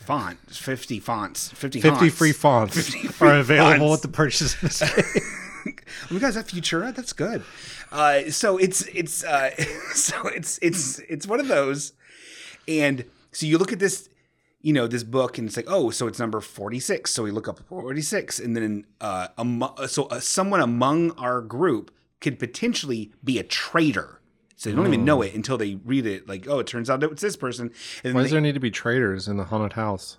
[SPEAKER 1] font, 50 fonts, 50
[SPEAKER 5] 50
[SPEAKER 1] haunts.
[SPEAKER 5] free fonts
[SPEAKER 1] 50 free
[SPEAKER 5] are available
[SPEAKER 1] fonts.
[SPEAKER 5] at the purchase. of this-
[SPEAKER 1] Oh my god, is that Futura? That's good. Uh, so it's it's uh, so it's it's it's one of those, and so you look at this, you know, this book, and it's like, oh, so it's number forty six. So we look up forty six, and then uh, amo- so uh, someone among our group could potentially be a traitor. So they don't even know it until they read it. Like, oh, it turns out that it's this person. And then
[SPEAKER 2] Why does
[SPEAKER 1] they-
[SPEAKER 2] there need to be traitors in the haunted house?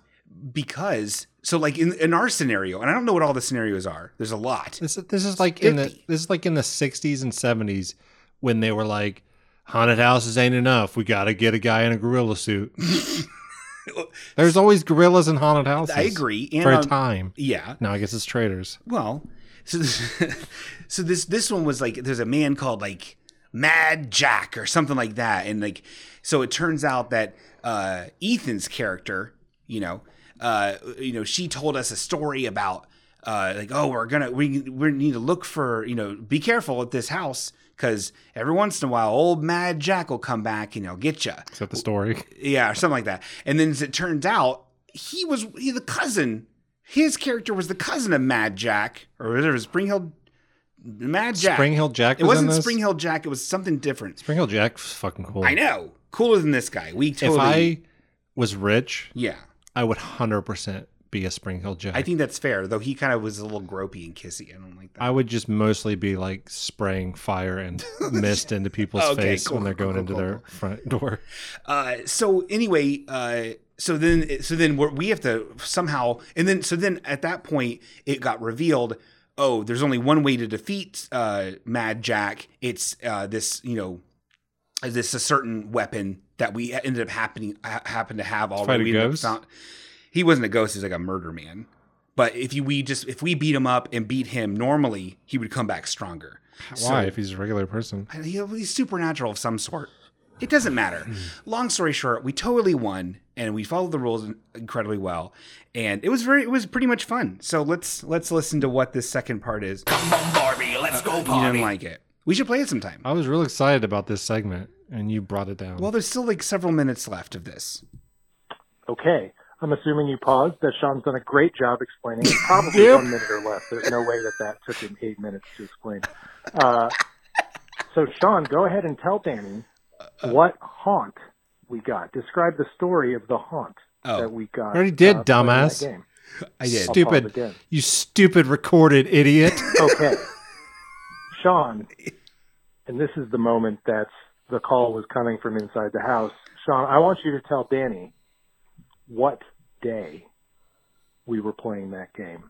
[SPEAKER 1] because so like in, in our scenario, and I don't know what all the scenarios are. There's a lot.
[SPEAKER 2] This is, this is like in the
[SPEAKER 1] 50.
[SPEAKER 2] this is like in the 60s and 70s when they were like haunted houses ain't enough. We got to get a guy in a gorilla suit. There's always gorillas in haunted houses.
[SPEAKER 1] I agree. And um,
[SPEAKER 2] For a
[SPEAKER 1] on-
[SPEAKER 2] time.
[SPEAKER 1] Yeah.
[SPEAKER 2] Now I guess it's traitors.
[SPEAKER 1] Well, so this, so this this one was like there's a man called like Mad Jack or something like that, and like so it turns out that uh, Ethan's character, you know, uh, you know, she told us a story about uh, like oh we're gonna we we need to look for you know be careful at this house because every once in a while old Mad Jack will come back and he'll get you
[SPEAKER 2] Is that the story?
[SPEAKER 1] yeah, or something like that. And then as it turns out, he was he, the cousin. His character was the cousin of Mad Jack, or whatever. It was Spring Hill, Mad Jack.
[SPEAKER 2] Spring Hill Jack
[SPEAKER 1] It
[SPEAKER 2] was in
[SPEAKER 1] wasn't
[SPEAKER 2] this?
[SPEAKER 1] Spring Hill Jack. It was something different.
[SPEAKER 2] Spring Hill Jack was fucking cool.
[SPEAKER 1] I know, cooler than this guy. We totally.
[SPEAKER 2] If I was rich,
[SPEAKER 1] yeah,
[SPEAKER 2] I would 100% be a Spring Hill Jack.
[SPEAKER 1] I think that's fair. Though he kind of was a little gropey and kissy. I don't like that.
[SPEAKER 2] I would just mostly be like spraying fire and mist into people's
[SPEAKER 1] Okay,
[SPEAKER 2] face
[SPEAKER 1] cool,
[SPEAKER 2] when they're
[SPEAKER 1] cool,
[SPEAKER 2] going
[SPEAKER 1] cool,
[SPEAKER 2] into
[SPEAKER 1] cool,
[SPEAKER 2] their front door.
[SPEAKER 1] Uh, so anyway, uh, so then so then we're, we have to somehow and then so then at that point it got revealed. Oh, there's only one way to defeat uh, Mad Jack. It's uh, this you know this a certain weapon that we e, ended up happening ha- happened to have
[SPEAKER 2] Fight
[SPEAKER 1] already.
[SPEAKER 2] a
[SPEAKER 1] We ended up
[SPEAKER 2] ghost?
[SPEAKER 1] found- he wasn't a ghost. He's like a murder man. But if you we just if we beat him up and beat him normally, he would come back stronger.
[SPEAKER 2] Why? If he's a regular person.
[SPEAKER 1] I- he- he's supernatural of some sort. It doesn't matter. Long story short, we totally won and we followed the rules in- incredibly well, and it was very, it was pretty much fun. So let's let's listen to what this second part is. You
[SPEAKER 4] Barbie, let's go
[SPEAKER 1] didn't
[SPEAKER 4] party.
[SPEAKER 1] like it. We should play it sometime.
[SPEAKER 2] I was real excited about this segment, and you brought it down.
[SPEAKER 1] Well, there's still like several minutes left of this.
[SPEAKER 7] Okay. I'm assuming you paused. That Sean's done a great job explaining. It's Probably one minute or less. There's no way that that took him eight minutes to explain. Uh, so, Sean, go ahead and tell Danny what haunt we got. Describe the story of the haunt that we got. uh,
[SPEAKER 2] already did,
[SPEAKER 7] playing that
[SPEAKER 2] dumbass.
[SPEAKER 7] game.
[SPEAKER 1] I
[SPEAKER 2] Oh.
[SPEAKER 1] did.
[SPEAKER 7] pause again.
[SPEAKER 2] stupid, you stupid recorded idiot.
[SPEAKER 7] Okay. Sean, and this is the moment that the call was coming from inside the house. Sean, I want you to tell Danny what day we were playing that game.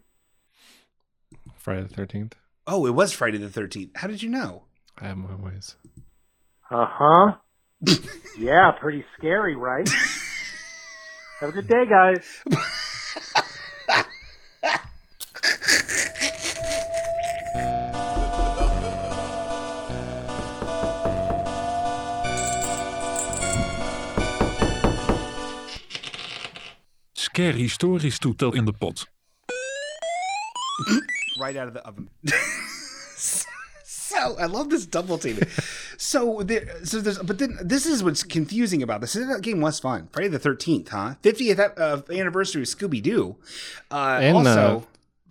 [SPEAKER 2] Friday the 13th.
[SPEAKER 1] Oh, it was Friday the 13th. How did you know?
[SPEAKER 2] I have my ways.
[SPEAKER 7] Uh huh. yeah, pretty scary, right? Have a good day, guys.
[SPEAKER 8] Scare historisch toetel in de pot.
[SPEAKER 1] Right out of the oven. so I love this double team. so there, so there's, but then this is what's confusing about this. That game was fun. Friday the Thirteenth, huh? Fiftieth uh, anniversary of Scooby Doo. Uh,
[SPEAKER 2] And
[SPEAKER 1] also,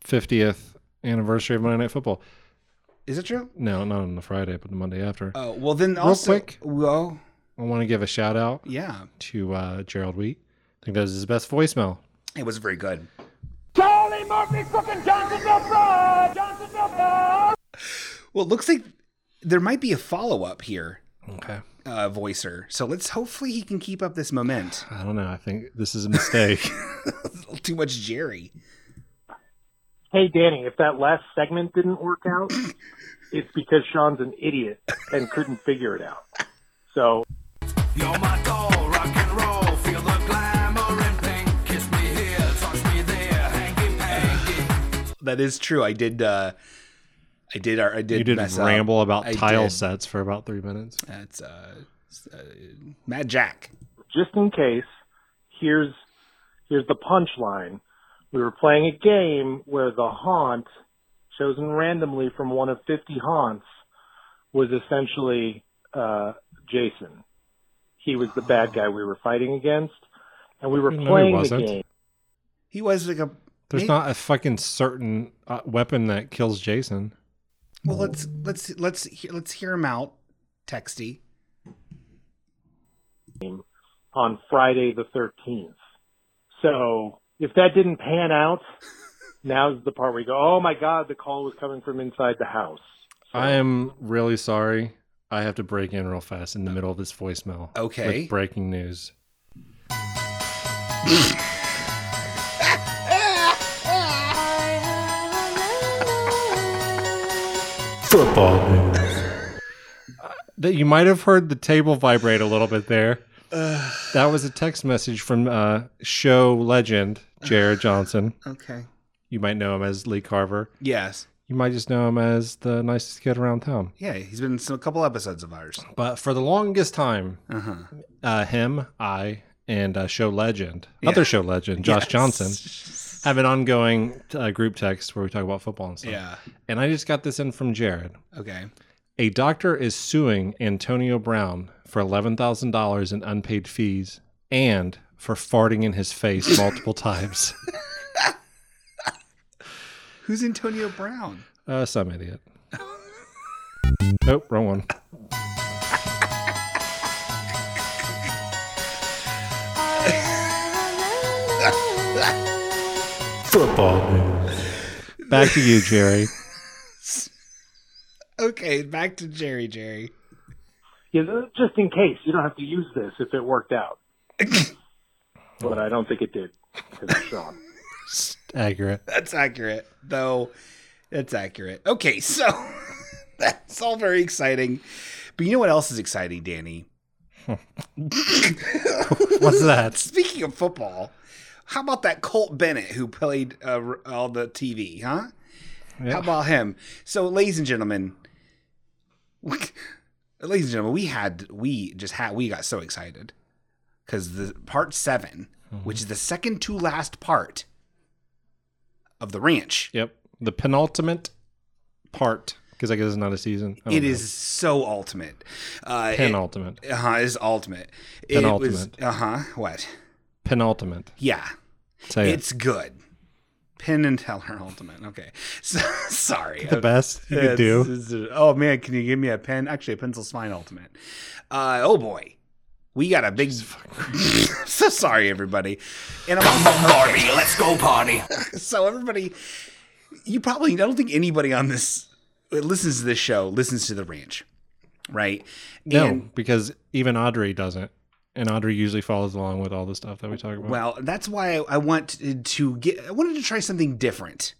[SPEAKER 2] the 50th anniversary of Monday Night Football.
[SPEAKER 1] is it true?
[SPEAKER 2] No, not on the Friday, but the Monday after.
[SPEAKER 1] Oh well, then also,
[SPEAKER 2] quick.
[SPEAKER 1] Well,
[SPEAKER 2] I want to give a shout out
[SPEAKER 1] yeah,
[SPEAKER 2] to uh, Gerald Wheat. I think that was his best voicemail.
[SPEAKER 1] it was very good.
[SPEAKER 3] Charlie Murphy's cooking Johnsonville fried. Johnsonville fried.
[SPEAKER 1] Well, it looks like there might be a follow up here
[SPEAKER 2] Okay.
[SPEAKER 1] uh, voicer. So let's hopefully he can keep up this moment.
[SPEAKER 2] I don't know. I think this is a mistake.
[SPEAKER 1] Too much Jerry.
[SPEAKER 7] Hey, Danny, if that last segment didn't work out, it's because Sean's an idiot and couldn't figure it out. So
[SPEAKER 4] You're my doll, rock and roll, feel the glamour and pink. Kiss me here, touch me there, hanky panky.
[SPEAKER 1] That is true. I did. Uh, I did. uh, I did.
[SPEAKER 2] you did
[SPEAKER 1] mess up.
[SPEAKER 2] ramble about
[SPEAKER 1] I
[SPEAKER 2] tile
[SPEAKER 1] did.
[SPEAKER 2] sets for about three minutes.
[SPEAKER 1] That's uh, s- uh, Mad Jack.
[SPEAKER 7] just in case, here's here's the punchline. We were playing a game where the haunt, chosen randomly from one of 50 haunts, was essentially uh, Jason. He was the bad guy we were fighting against, and we were
[SPEAKER 2] No, he
[SPEAKER 7] playing the
[SPEAKER 2] wasn't.
[SPEAKER 7] game.
[SPEAKER 1] He was like a.
[SPEAKER 2] There's
[SPEAKER 1] Maybe-
[SPEAKER 2] not a fucking certain uh, weapon that kills Jason.
[SPEAKER 1] Well, let's let's let's he- let's hear him out, Texty.
[SPEAKER 7] on Friday the 13th. So if that didn't pan out, now's the part where you go, oh my God, the call was coming from inside the house.
[SPEAKER 2] I am really sorry. I have to break in real fast in the middle of this voicemail.
[SPEAKER 1] Okay.
[SPEAKER 2] With breaking news. Uh, That you might have heard the table vibrate a little bit there. that was a text message from uh, show legend Jared Johnson.
[SPEAKER 1] Okay.
[SPEAKER 2] You might know him as Lee Carver.
[SPEAKER 1] Yes.
[SPEAKER 2] You might just know him as the nicest kid around town.
[SPEAKER 1] Yeah. He's been in some, a couple episodes of ours.
[SPEAKER 2] But for the longest time,
[SPEAKER 1] Uh huh.
[SPEAKER 2] uh, him, I, and uh, show legend,
[SPEAKER 1] Yeah.
[SPEAKER 2] other show legend, Josh
[SPEAKER 1] Yes.
[SPEAKER 2] Johnson, have an ongoing uh, group text where we talk about football and stuff.
[SPEAKER 1] Yeah.
[SPEAKER 2] And I just got this in from Jared.
[SPEAKER 1] Okay.
[SPEAKER 2] A doctor is suing Antonio Brown for $11,000 in unpaid fees and for farting in his face multiple times.
[SPEAKER 1] Who's Antonio Brown?
[SPEAKER 2] Uh, some idiot. nope, wrong one. Football. Back to you, Jerry.
[SPEAKER 1] Okay, back to Jerry. Jerry.
[SPEAKER 7] You know, just in case, you don't have to use this if it worked out. but I don't think it did. 'cause it's Sean.
[SPEAKER 2] Accurate.
[SPEAKER 1] That's accurate, though. That's accurate. Okay, so that's all very exciting. But you know what else is exciting, Danny?
[SPEAKER 2] What's that?
[SPEAKER 1] Speaking of football, how about that Colt Bennett who played uh, r- all the TV, huh? How about him? So, ladies and gentlemen, ladies and gentlemen, we had we just had we got so excited because the part 7 which is the second to last part of the ranch,
[SPEAKER 2] Yep. The penultimate part, because I guess it's not a season. I don't
[SPEAKER 1] it
[SPEAKER 2] know.
[SPEAKER 1] is so ultimate. Uh, it-
[SPEAKER 2] Oh, penultimate.
[SPEAKER 1] Uh-huh, is ultimate.
[SPEAKER 2] Penultimate.
[SPEAKER 1] Uh-huh. What?
[SPEAKER 2] penultimate.
[SPEAKER 1] Yeah.
[SPEAKER 2] Say it.
[SPEAKER 1] It's good. Penn and Teller Ultimate. Okay. So, sorry.
[SPEAKER 2] the best you could do.
[SPEAKER 1] It's- it's- oh man, can you give me a pen? Actually, a pencil spine ultimate. Uh, oh boy, we got a big. I'm so sorry, everybody. And I'm
[SPEAKER 4] Party, let's go party.
[SPEAKER 1] so everybody, you probably I don't think anybody on this that listens to this show listens to the ranch, right?
[SPEAKER 2] No,
[SPEAKER 1] And-
[SPEAKER 2] because even Audrey doesn't. And Audrey usually follows along with all the stuff that we talk about.
[SPEAKER 1] Well, that's why I wanted to get. I wanted to try something different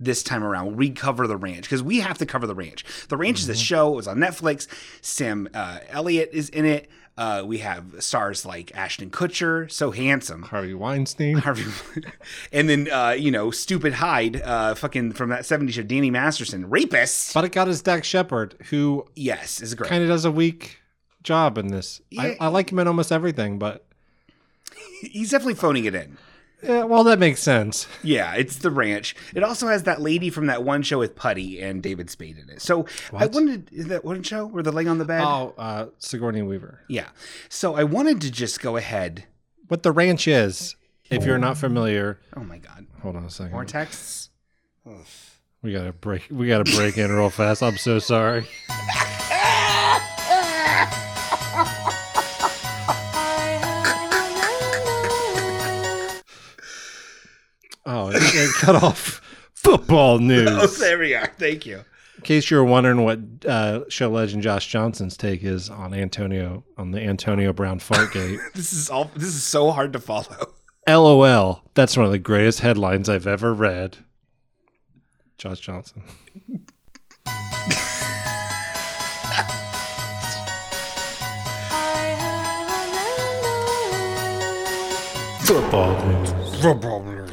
[SPEAKER 1] this time around. We cover the ranch because we have to cover the ranch. The ranch is a show. It was on Netflix. Sam uh, Elliott is in it. Uh, we have stars like Ashton Kutcher, so handsome.
[SPEAKER 2] Harvey Weinstein.
[SPEAKER 1] Harvey, and then uh, you know, stupid Hyde, uh, fucking from that '70s show, Danny Masterson, rapist.
[SPEAKER 2] But it got us Dak Shepard, who
[SPEAKER 1] Yes, is great.
[SPEAKER 2] kind of does a weak job in this.
[SPEAKER 1] Yeah.
[SPEAKER 2] I, I like him in almost everything, but
[SPEAKER 1] He's definitely phoning it in.
[SPEAKER 2] yeah, well, that makes sense.
[SPEAKER 1] Yeah, it's the ranch. It also has that lady from that one show with Putty and David Spade in it. So I
[SPEAKER 2] What?
[SPEAKER 1] wanted is that one show where they're laying on the bed.
[SPEAKER 2] Oh, uh, Sigourney Weaver.
[SPEAKER 1] Yeah. So I wanted to just go ahead.
[SPEAKER 2] What the ranch is, if you're not familiar,
[SPEAKER 1] Oh my god,
[SPEAKER 2] hold on a second.
[SPEAKER 1] more texts.
[SPEAKER 2] we gotta break. We gotta break in real fast. I'm so sorry. Oh, it, it cut off football news. Oh,
[SPEAKER 1] there we are. Thank you.
[SPEAKER 2] In case you're wondering what uh, show legend Josh Johnson's take is on Antonio on the Antonio Brown Fartgate.
[SPEAKER 1] This is all. This is so hard to follow.
[SPEAKER 2] LOL. That's one of the greatest headlines I've ever read. Josh Johnson.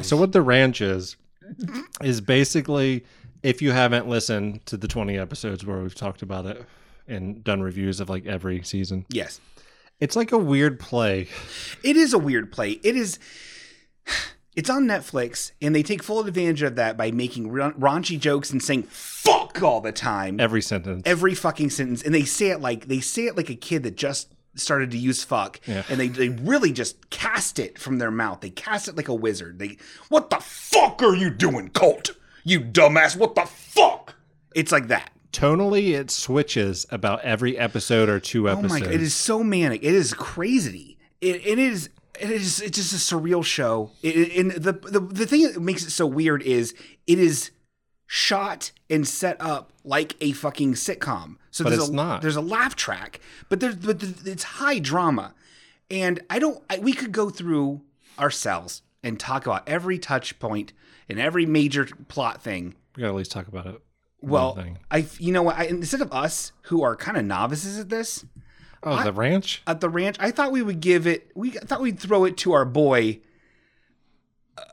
[SPEAKER 2] So what the ranch is is basically if you haven't listened to the 20 episodes where we've talked about it and done reviews of like every season.
[SPEAKER 1] Yes,
[SPEAKER 2] It's like a weird play.
[SPEAKER 1] it is a weird play. It is. It's on Netflix, and they take full advantage of that by making ra- raunchy jokes and saying "fuck" all the time.
[SPEAKER 2] Every sentence.
[SPEAKER 1] every fucking sentence and they say it like they say it like a kid that just started to use fuck
[SPEAKER 2] Yeah.
[SPEAKER 1] and they, they really just cast it from their mouth they cast it like a wizard they what the fuck are you doing colt you dumbass what the fuck it's like that
[SPEAKER 2] Tonally it switches about every episode or two
[SPEAKER 1] oh
[SPEAKER 2] episodes.
[SPEAKER 1] my god it is so manic it is crazy it, it is it is it's just a surreal show It- it, and the, the the thing that makes it so weird is it is shot and set up like a fucking sitcom. So
[SPEAKER 2] But
[SPEAKER 1] there's
[SPEAKER 2] it's
[SPEAKER 1] a,
[SPEAKER 2] not.
[SPEAKER 1] There's a laugh track, but there's but th- it's high drama, and I don't. I, we could go through ourselves and talk about every touch point and every major plot thing.
[SPEAKER 2] we gotta at least talk about it. one
[SPEAKER 1] Well,
[SPEAKER 2] thing.
[SPEAKER 1] I you know what? I, instead of us who are kind of novices at this
[SPEAKER 2] Oh, the ranch?
[SPEAKER 1] at the ranch, I thought we would give it. We I thought we'd throw it to our boy,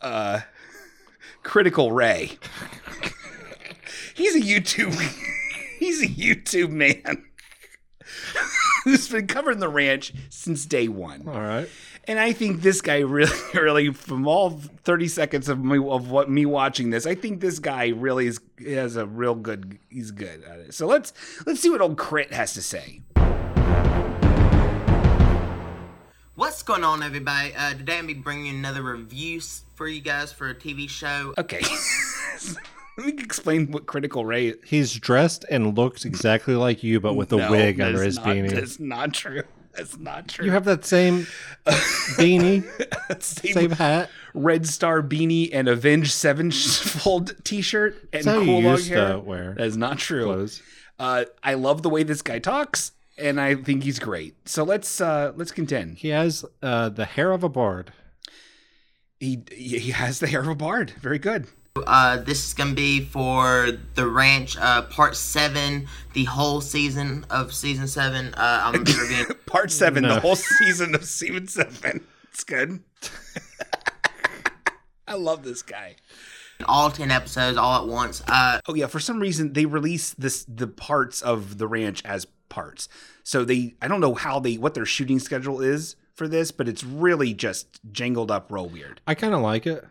[SPEAKER 1] uh, Critical Ray. he's a YouTube. he's a YouTube man. Who's been covering the ranch since day one,
[SPEAKER 2] All right.
[SPEAKER 1] and I think this guy really, really, from all thirty seconds of me of what me watching this, I think this guy really is has a real good. He's good at it. So let's let's see what old Crit has to say.
[SPEAKER 9] What's going on, everybody? Uh, today I'm be bringing another review s- for you guys for a TV show.
[SPEAKER 1] Okay. Let me explain what critical ray is.
[SPEAKER 2] He's dressed and looks exactly like you, but with a
[SPEAKER 1] No,
[SPEAKER 2] wig
[SPEAKER 1] that
[SPEAKER 2] under
[SPEAKER 1] is
[SPEAKER 2] his
[SPEAKER 1] not-
[SPEAKER 2] beanie.
[SPEAKER 1] That's not true. That's not true.
[SPEAKER 2] You have that same beanie,
[SPEAKER 1] same,
[SPEAKER 2] same hat.
[SPEAKER 1] red star beanie and Avenge Sevenfold t-shirt and
[SPEAKER 2] That's how
[SPEAKER 1] cool
[SPEAKER 2] you
[SPEAKER 1] long
[SPEAKER 2] used to
[SPEAKER 1] hair.
[SPEAKER 2] wear
[SPEAKER 1] That is not true.
[SPEAKER 2] clothes.
[SPEAKER 1] Uh, I love the way this guy talks, and I think he's great. So let's uh, let's contend.
[SPEAKER 2] He has uh, the hair of a bard.
[SPEAKER 1] He he has the hair of a bard. Very good.
[SPEAKER 9] Uh, this is gonna be for The Ranch, uh, part seven, the whole season of season seven. Uh, I'm gonna be reviewing
[SPEAKER 1] Part seven, the
[SPEAKER 2] No.
[SPEAKER 1] whole season of season seven. It's good. I love this guy.
[SPEAKER 9] all ten episodes all at once. Uh,
[SPEAKER 1] Oh yeah, for some reason they release this the parts of the ranch as parts. So they I don't know how they what their shooting schedule is for this, but it's really just jangled up real weird.
[SPEAKER 2] I kind of like it.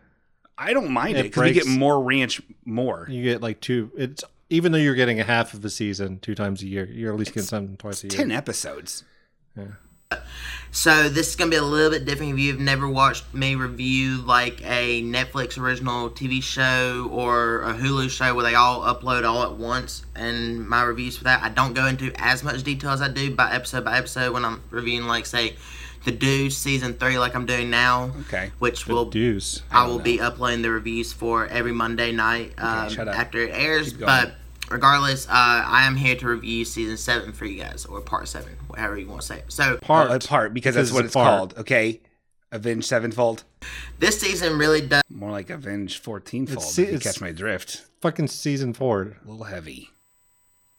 [SPEAKER 1] I don't mind
[SPEAKER 2] It
[SPEAKER 1] it because we get
[SPEAKER 2] breaks-
[SPEAKER 1] more ranch more.
[SPEAKER 2] You get like two. It's even though you're getting a half of the season two times a year, you're at least getting something twice a year.
[SPEAKER 1] Ten episodes.
[SPEAKER 9] so this is gonna be a little bit different if you've never watched me review like a Netflix original TV show or a Hulu show where they all upload all at once. And my reviews for that, I don't go into as much detail as I do by episode by episode when I'm reviewing like say. The Deuce season three, like I'm doing now,
[SPEAKER 1] Okay.
[SPEAKER 9] which will
[SPEAKER 2] Deuce.
[SPEAKER 9] I will be uploading the reviews for every Monday night um,
[SPEAKER 1] shut up.
[SPEAKER 9] after it airs.
[SPEAKER 1] going.
[SPEAKER 9] But regardless, uh, I am here to review season seven for you guys, or part seven, whatever you want to say. it. So
[SPEAKER 1] Part,
[SPEAKER 2] Part.
[SPEAKER 1] part because that's
[SPEAKER 2] Because
[SPEAKER 1] what
[SPEAKER 2] it's
[SPEAKER 1] it's
[SPEAKER 2] part.
[SPEAKER 1] called. Okay. Avenge sevenfold.
[SPEAKER 9] this season really does
[SPEAKER 1] More like Avenge fourteenfold.
[SPEAKER 2] It's-
[SPEAKER 1] If you
[SPEAKER 2] it's-
[SPEAKER 1] catch my drift.
[SPEAKER 2] Fucking season four.
[SPEAKER 1] A little heavy.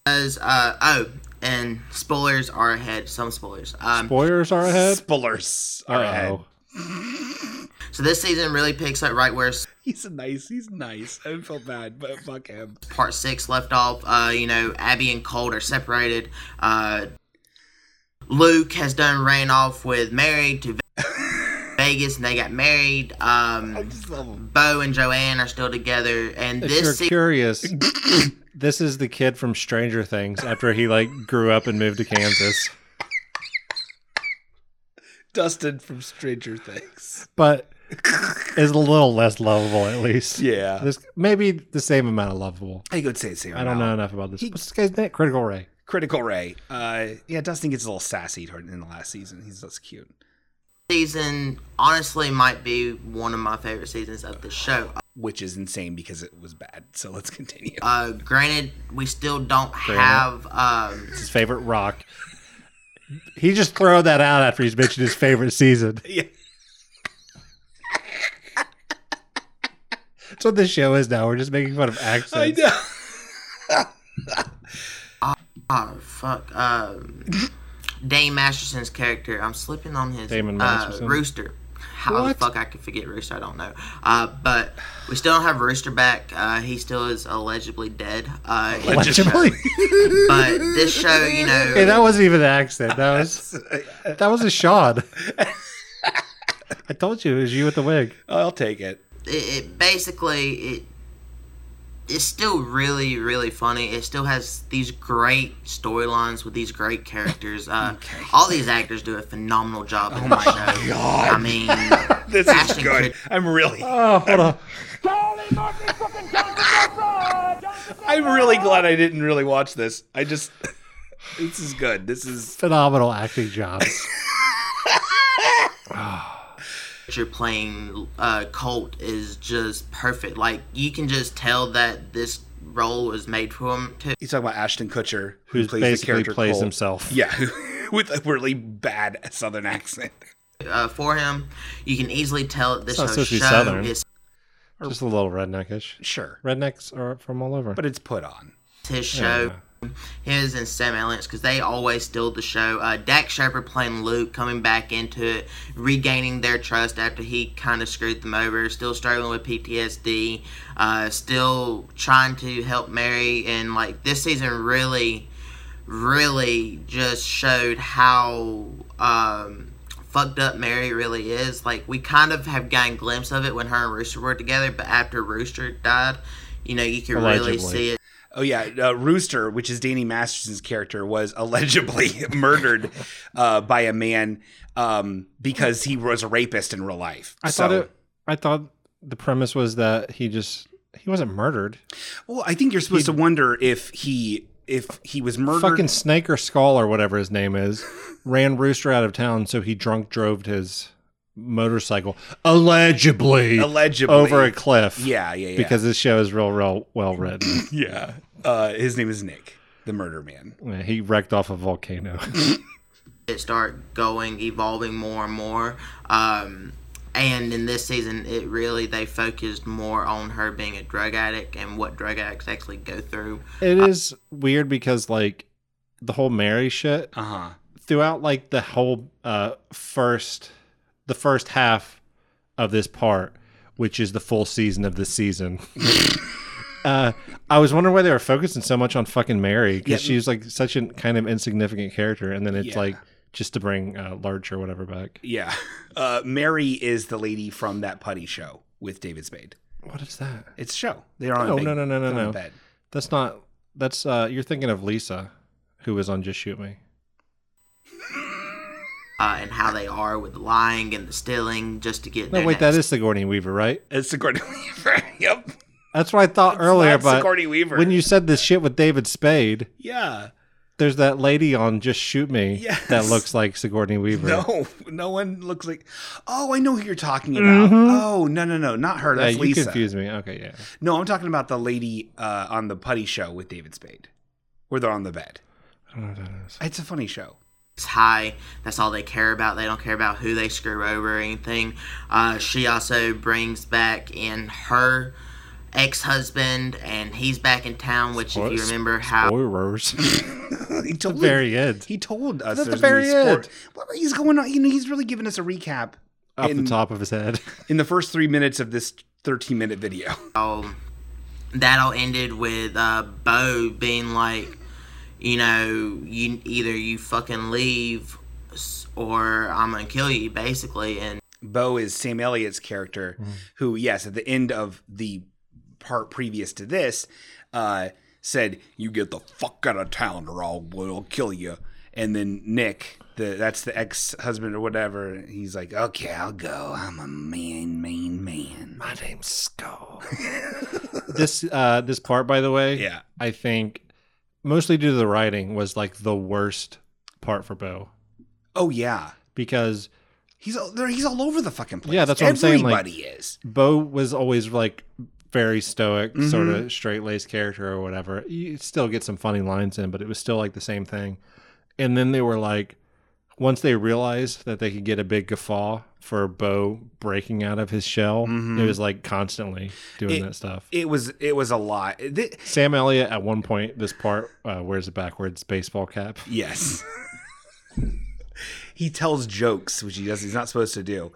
[SPEAKER 9] uh, oh, and spoilers are ahead. Some spoilers. Um,
[SPEAKER 2] Boyers are ahead.
[SPEAKER 1] Spoilers are ahead.
[SPEAKER 2] Oh,
[SPEAKER 9] so this season really picks up right where s-
[SPEAKER 1] He's a nice. He's nice. I feel bad, but fuck him.
[SPEAKER 9] part six left off. Uh, you know, Abby and Colt are separated. Uh, Luke has done ran off with Mary to Ve- Vegas, and they got married. Um,
[SPEAKER 1] Just love him.
[SPEAKER 9] Bo and Joanne are still together, and
[SPEAKER 2] if you're
[SPEAKER 9] this se-
[SPEAKER 2] curious, this is the kid from Stranger Things after he like grew up and moved to Kansas.
[SPEAKER 1] Dustin from Stranger Things.
[SPEAKER 2] but is a little less lovable at least.
[SPEAKER 1] Yeah.
[SPEAKER 2] This maybe the same amount of lovable.
[SPEAKER 1] I could say the same.
[SPEAKER 2] I don't know enough about this. What's this guy's name? Critical Ray.
[SPEAKER 1] Critical Ray. Uh, yeah, Dustin gets a little sassy toward in the last season. He's just cute.
[SPEAKER 9] season honestly might be one of my favorite seasons of the show.
[SPEAKER 1] which is insane because it was bad. So let's continue.
[SPEAKER 9] Uh, granted, we still don't have. Um,
[SPEAKER 2] His favorite rock.
[SPEAKER 5] He just throw that out after he's mentioned his favorite season.
[SPEAKER 1] Yeah.
[SPEAKER 5] That's what this show is now. We're just making fun of accents.
[SPEAKER 1] know.
[SPEAKER 9] oh fuck. Um, Dame Masterson's character. I'm slipping on his
[SPEAKER 2] Damon
[SPEAKER 9] uh,
[SPEAKER 2] Masterson?
[SPEAKER 9] Rooster. How the fuck I could forget Rooster? I don't know. Uh, but we still don't have Rooster back. Uh, he still is allegedly dead. Uh, in this show.
[SPEAKER 5] Allegedly.
[SPEAKER 9] But this show, you know,
[SPEAKER 5] Hey, that wasn't even an accent. That was that was a Sean. I told you it was you with the wig.
[SPEAKER 1] Oh, I'll take it.
[SPEAKER 9] it, it basically it it's still really really funny it still has these great storylines with these great characters uh, all these actors do a phenomenal job oh my show god i mean
[SPEAKER 1] This is
[SPEAKER 9] Ashton
[SPEAKER 1] good. I'm really,
[SPEAKER 5] Oh, hold on.
[SPEAKER 3] Charlie Murphy fucking Johnson Belfry! Johnson
[SPEAKER 1] I'm really glad I didn't really watch this. I just, this is good. This is
[SPEAKER 5] Phenomenal acting jobs.
[SPEAKER 9] You're playing uh, Colt is just perfect. Like you can just tell that this role was made for him to.
[SPEAKER 1] you talking about Ashton Kutcher, who
[SPEAKER 2] Who
[SPEAKER 1] plays the
[SPEAKER 2] basically
[SPEAKER 1] character
[SPEAKER 2] plays
[SPEAKER 1] Cole.
[SPEAKER 2] himself.
[SPEAKER 1] Yeah, with a really bad Southern accent.
[SPEAKER 9] uh, for him. You can easily tell that this
[SPEAKER 2] not
[SPEAKER 9] whole
[SPEAKER 2] supposed to be
[SPEAKER 9] show
[SPEAKER 2] Southern.
[SPEAKER 9] is
[SPEAKER 2] Just a little redneckish.
[SPEAKER 1] Sure,
[SPEAKER 2] Rednecks are from all over.
[SPEAKER 1] but it's put on.
[SPEAKER 9] his show. His and Sam Elliott, because they always steal the show. Uh, Dak Shepard playing Luke, coming back into it, regaining their trust after he kind of screwed them over. Still struggling with PTSD. Uh, still trying to help Mary, and like this season really, really just showed how um, fucked up Mary really is. Like we kind of have gotten a glimpse of it when her and Rooster were together, but after Rooster died, you know you could really
[SPEAKER 2] Allegedly.
[SPEAKER 9] see it.
[SPEAKER 1] Oh yeah, uh, Rooster, which is Danny Masterson's character, was allegedly murdered uh, by a man um, because he was a rapist in real life.
[SPEAKER 2] I
[SPEAKER 1] So-
[SPEAKER 2] thought it, I thought the premise was that he just he wasn't murdered.
[SPEAKER 1] Well, I think you're supposed to wonder if he if he was murdered.
[SPEAKER 2] Fucking Snake or Skull or whatever his name is ran Rooster out of town, so he drunk drove his motorcycle allegedly,
[SPEAKER 1] Allegedly.
[SPEAKER 2] over a cliff.
[SPEAKER 1] yeah, yeah, yeah.
[SPEAKER 2] because this show is real, real well written.
[SPEAKER 1] yeah, uh, his name is Nick, the murder man.
[SPEAKER 2] Yeah, he wrecked off a volcano.
[SPEAKER 9] it start going evolving more and more um, and in this season it really they focused more on her being a drug addict and what drug addicts actually go through
[SPEAKER 2] it is weird because like the whole Mary shit
[SPEAKER 1] Uh huh.
[SPEAKER 2] throughout like the whole uh first the first half of this part which is the full season of this season uh i was wondering why they were focusing so much on fucking mary because
[SPEAKER 1] Yeah.
[SPEAKER 2] she's like such a kind of insignificant character and then it's
[SPEAKER 1] Yeah.
[SPEAKER 2] like just to bring uh, Lurch or whatever back.
[SPEAKER 1] Yeah, uh, Mary is the lady from that putty show with David Spade.
[SPEAKER 2] What is that?
[SPEAKER 1] It's a show. They're on. a
[SPEAKER 2] No,
[SPEAKER 1] big-
[SPEAKER 2] Oh, no, no, no, no,
[SPEAKER 1] they're on a
[SPEAKER 2] no.
[SPEAKER 1] Bed.
[SPEAKER 2] That's not. That's uh. You're thinking of Lisa, who was on Just Shoot Me.
[SPEAKER 9] uh, and how they are with lying and the stealing just to get
[SPEAKER 2] No,
[SPEAKER 9] their
[SPEAKER 2] wait, that
[SPEAKER 9] next-
[SPEAKER 2] is Sigourney Weaver, right?
[SPEAKER 1] It's Sigourney Weaver. yep.
[SPEAKER 2] That's what I thought earlier.
[SPEAKER 1] not
[SPEAKER 2] but
[SPEAKER 1] Sigourney Weaver.
[SPEAKER 2] when you said this shit with David Spade,
[SPEAKER 1] Yeah.
[SPEAKER 2] There's that lady on Just Shoot Me
[SPEAKER 1] Yes.
[SPEAKER 2] that looks like Sigourney Weaver.
[SPEAKER 1] No, no one looks like. Oh, I know who you're talking about. Oh, no, no, no, not her.
[SPEAKER 2] Mm-hmm. Yeah,
[SPEAKER 1] That's
[SPEAKER 2] you
[SPEAKER 1] Lisa.
[SPEAKER 2] confuse me. Okay, yeah.
[SPEAKER 1] No, I'm talking about the lady uh, on the putty show with David Spade, where they're on the bed.
[SPEAKER 2] I don't know what that is.
[SPEAKER 1] It's a funny show.
[SPEAKER 9] high. That's all they care about. They don't care about who they screw over or anything. Uh, she also brings back in her ex husband, and he's back in town, which, if you
[SPEAKER 2] Spoil-
[SPEAKER 9] remember how
[SPEAKER 2] Spoilers.
[SPEAKER 1] he told
[SPEAKER 2] very end.
[SPEAKER 1] He told us
[SPEAKER 2] At the
[SPEAKER 1] there's gonna be
[SPEAKER 2] very
[SPEAKER 1] sport-
[SPEAKER 2] end.
[SPEAKER 1] Well, he's going on. You know, he's really giving us a recap
[SPEAKER 2] Off the
[SPEAKER 1] in-
[SPEAKER 2] top of his head.
[SPEAKER 1] in the first three minutes of this 13 minute video.
[SPEAKER 9] how that all ended with uh, Bo being like, you know, you either you fucking leave s- or I'm gonna kill you, basically. And
[SPEAKER 1] Bo is Sam Elliott's character,
[SPEAKER 2] Mm-hmm.
[SPEAKER 1] who, yes, at the end of the part previous to this, uh, said, "You get the fuck out of town, or I'll we'll kill you." And then Nick, the that's the ex husband or whatever, he's like, "Okay, I'll go. I'm a man, man, man."
[SPEAKER 2] My name's Skull. this uh this part, by the way,
[SPEAKER 1] Yeah,
[SPEAKER 2] I think mostly due to the writing was like the worst part for Bo.
[SPEAKER 1] Oh yeah,
[SPEAKER 2] Because
[SPEAKER 1] He's all, there- he's all over the fucking place.
[SPEAKER 2] Yeah, that's what I'm saying, like-
[SPEAKER 1] Everybody is.
[SPEAKER 2] Bo was always like very stoic,
[SPEAKER 1] Mm-hmm.
[SPEAKER 2] sort of straight laced character or whatever. You still get some funny lines in, but it was still like the same thing. And then they were like, once they realized that they could get a big guffaw for Bo breaking out of his shell, it was like constantly doing
[SPEAKER 1] Mm-hmm. It-
[SPEAKER 2] that stuff.
[SPEAKER 1] It was it was a lot. It- thi-
[SPEAKER 2] Sam Elliott at one point, this part uh, wears a backwards baseball cap.
[SPEAKER 1] yes. he tells jokes which he does he's not supposed to do.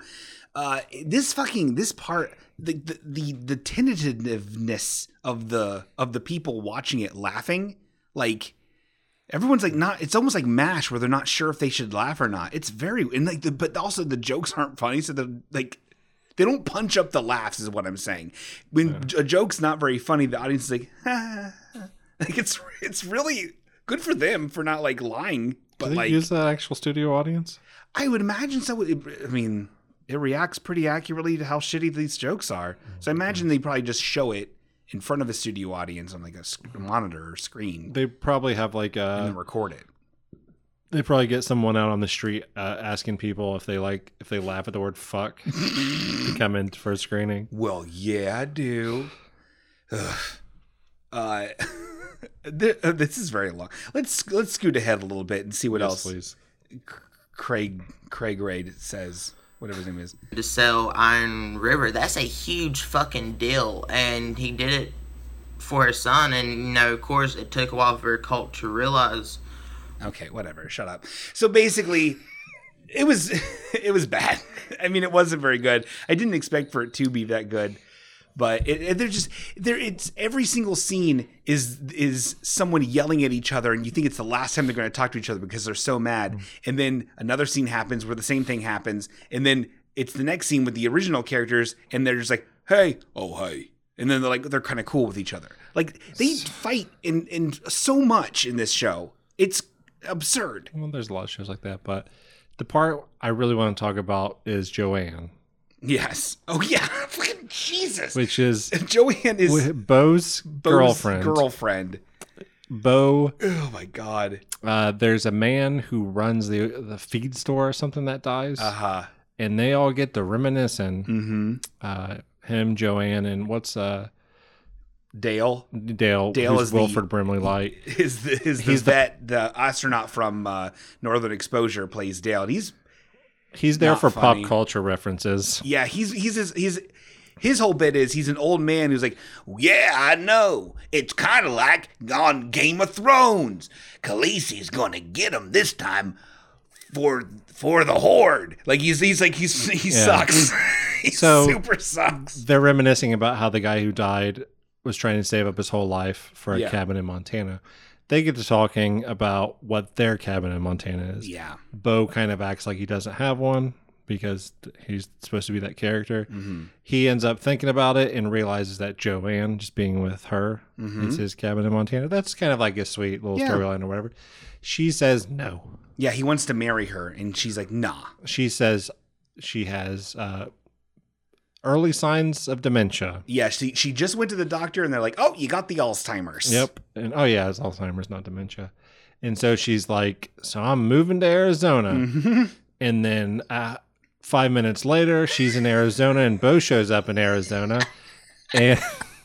[SPEAKER 1] Uh, this fucking this part the the the, the tentativeness of the of the people watching it laughing like everyone's like not it's almost like mash where they're not sure if they should laugh or not it's very and like the, but also the jokes aren't funny so the like they don't punch up the laughs is what i'm saying when a joke's not very funny the audience is like like it's it's really good for them for not like lying but
[SPEAKER 2] Did they
[SPEAKER 1] like
[SPEAKER 2] use that actual studio audience?
[SPEAKER 1] I would imagine so. It, I mean, it reacts pretty accurately to how shitty these jokes are. So I imagine they probably just show it in front of a studio audience on like a sc- monitor or screen
[SPEAKER 2] They probably have like
[SPEAKER 1] and
[SPEAKER 2] a
[SPEAKER 1] then record it.
[SPEAKER 2] they probably get someone out on the street uh, asking people if they like if they laugh at the word fuck to come in for a screening.
[SPEAKER 1] Well, yeah, I do. Ugh. Uh, th- uh, this is very long. Let's let's scoot ahead a little bit and see what else
[SPEAKER 2] Yes, please.
[SPEAKER 1] Craig Craig Raid says. Whatever his name is.
[SPEAKER 9] to sell Iron River. That's a huge fucking deal, and he did it for his son. And you know, of course, it took a while for Colt to realize.
[SPEAKER 1] Okay, whatever. Shut up. So basically, it was it was bad. I mean, it wasn't very good. I didn't expect for it to be that good, but it, it, they're just there. It's every single scene is is someone yelling at each other, and you think it's the last time they're going to talk to each other because they're so mad. And then another scene happens where the same thing happens, and then it's the next scene with the original characters, and they're just like, "Hey, oh hey," and then they're like they're kind of cool with each other. Like they fight in in so much in this show. It's absurd.
[SPEAKER 2] Well, there's a lot of shows like that, but the part I really want to talk about is Joanne,
[SPEAKER 1] Yes. Oh yeah. Fucking Jesus.
[SPEAKER 2] which is
[SPEAKER 1] Joanne is
[SPEAKER 2] wi- Bo's
[SPEAKER 1] Bo's
[SPEAKER 2] girlfriend.
[SPEAKER 1] Girlfriend.
[SPEAKER 2] Bo,
[SPEAKER 1] Oh my god.
[SPEAKER 2] uh, there's a man who runs the the feed store or something that dies,
[SPEAKER 1] Uh huh.
[SPEAKER 2] and they all get to reminiscing.
[SPEAKER 1] Mm-hmm.
[SPEAKER 2] Uh, him, Joanne, and what's uh,
[SPEAKER 1] Dale
[SPEAKER 2] Dale?
[SPEAKER 1] Dale
[SPEAKER 2] who's
[SPEAKER 1] is the-
[SPEAKER 2] Wilford Brimley Light.
[SPEAKER 1] is the is the
[SPEAKER 2] He's the-
[SPEAKER 1] vet, the, astronaut from uh, Northern Exposure plays Dale. And he's
[SPEAKER 2] He's there
[SPEAKER 1] Not
[SPEAKER 2] for
[SPEAKER 1] funny.
[SPEAKER 2] pop culture references.
[SPEAKER 1] yeah, he's he's his he's his whole bit is he's an old man who's like, yeah, I know. It's kind of like on Game of Thrones. Khaleesi's gonna get him this time for for the horde. Like he's he's like he's he
[SPEAKER 2] Yeah. Mm.
[SPEAKER 1] sucks. he
[SPEAKER 2] So-
[SPEAKER 1] super sucks.
[SPEAKER 2] they're reminiscing about how the guy who died was trying to save up his whole life for a
[SPEAKER 1] Yeah.
[SPEAKER 2] cabin in Montana. They get to talking about what their cabin in Montana is.
[SPEAKER 1] Yeah.
[SPEAKER 2] Bo kind of acts like he doesn't have one because th- he's supposed to be that character.
[SPEAKER 1] Mm-hmm.
[SPEAKER 2] He ends up thinking about it and realizes that Joanne, just being with her, it's his cabin in Montana. That's kind of like a sweet little
[SPEAKER 1] Mm-hmm. Yeah.
[SPEAKER 2] storyline or whatever. She says no.
[SPEAKER 1] Yeah, he wants to marry her, and she's like, nah.
[SPEAKER 2] She says she has uh, early signs of dementia.
[SPEAKER 1] Yeah, she she just went to the doctor, and they're like, oh, you got the Alzheimer's.
[SPEAKER 2] Yep. And oh yeah, it's Alzheimer's, not dementia. And so she's like, "So I'm moving to Arizona." And then uh, five minutes later, she's in Arizona, and Bo shows up in Arizona, and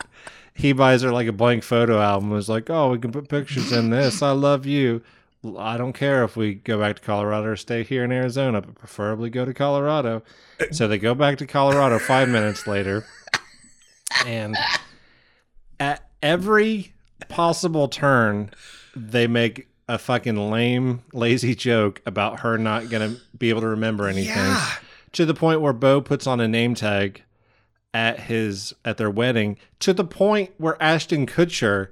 [SPEAKER 2] he buys her like a blank photo album. Was like, "Oh, we can put pictures in this. I love you." Well, I don't care if we go back to Colorado or stay here in Arizona, but preferably go to Colorado. So they go back to Colorado five minutes later. And at every possible turn, they make a fucking lame, lazy joke about her not gonna be able to remember anything.
[SPEAKER 1] Yeah.
[SPEAKER 2] To the point where Bo puts on a name tag at his at their wedding. To the point where Ashton Kutcher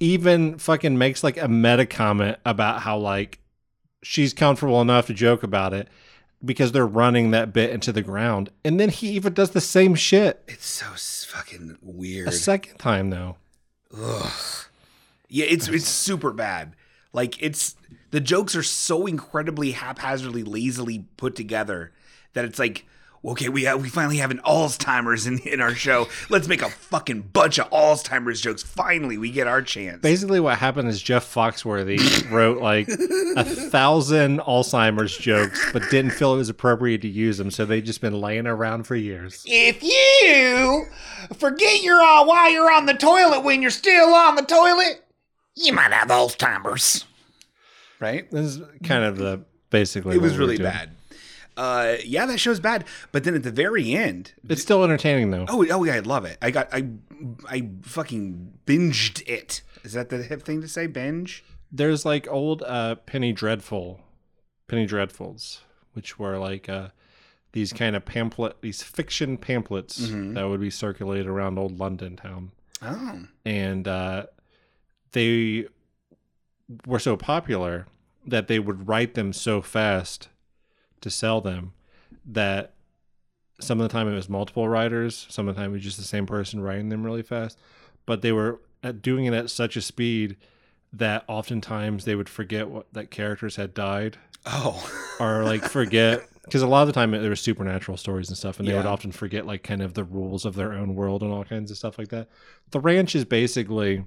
[SPEAKER 2] even fucking makes like a meta comment about how like she's comfortable enough to joke about it because they're running that bit into the ground. And then he even does the same shit
[SPEAKER 1] It's so s- fucking weird.
[SPEAKER 2] a second time though.
[SPEAKER 1] Yeah, it's it's super bad. Like it's the jokes are so incredibly haphazardly, lazily put together that it's like, okay, we uh, we finally have an Alzheimer's in in our show. Let's make a fucking bunch of Alzheimer's jokes. Finally, we get our chance.
[SPEAKER 2] Basically, what happened is Jeff Foxworthy wrote like a thousand Alzheimer's jokes, but didn't feel it was appropriate to use them, so they've just been laying around for years.
[SPEAKER 1] If you forget your uh, why you're on the toilet when you're still on the toilet, you might have Alzheimer's. Right?
[SPEAKER 2] This is kind of the basically.
[SPEAKER 1] It
[SPEAKER 2] what
[SPEAKER 1] was
[SPEAKER 2] we were
[SPEAKER 1] really
[SPEAKER 2] doing.
[SPEAKER 1] bad. Uh, yeah, that show's bad. But then at the very end,
[SPEAKER 2] It's still entertaining though.
[SPEAKER 1] oh, oh yeah, I love it. I got I I fucking binged it. Is that the hip thing to say? Binge?
[SPEAKER 2] there's like old uh penny dreadful penny dreadfuls which were like uh these kind of pamphlet these fiction pamphlets
[SPEAKER 1] Mm-hmm.
[SPEAKER 2] that would be circulated around old london town
[SPEAKER 1] Oh,
[SPEAKER 2] and uh they were so popular that they would write them so fast to sell them that some of the time it was multiple writers, some of the time it was just the same person writing them really fast, but they were at doing it at such a speed that oftentimes they would forget what that characters had died
[SPEAKER 1] oh,
[SPEAKER 2] or like forget because a lot of the time there were supernatural stories and stuff and they would
[SPEAKER 1] Yeah.
[SPEAKER 2] often forget like kind of the rules of their own world and all kinds of stuff like that the ranch is basically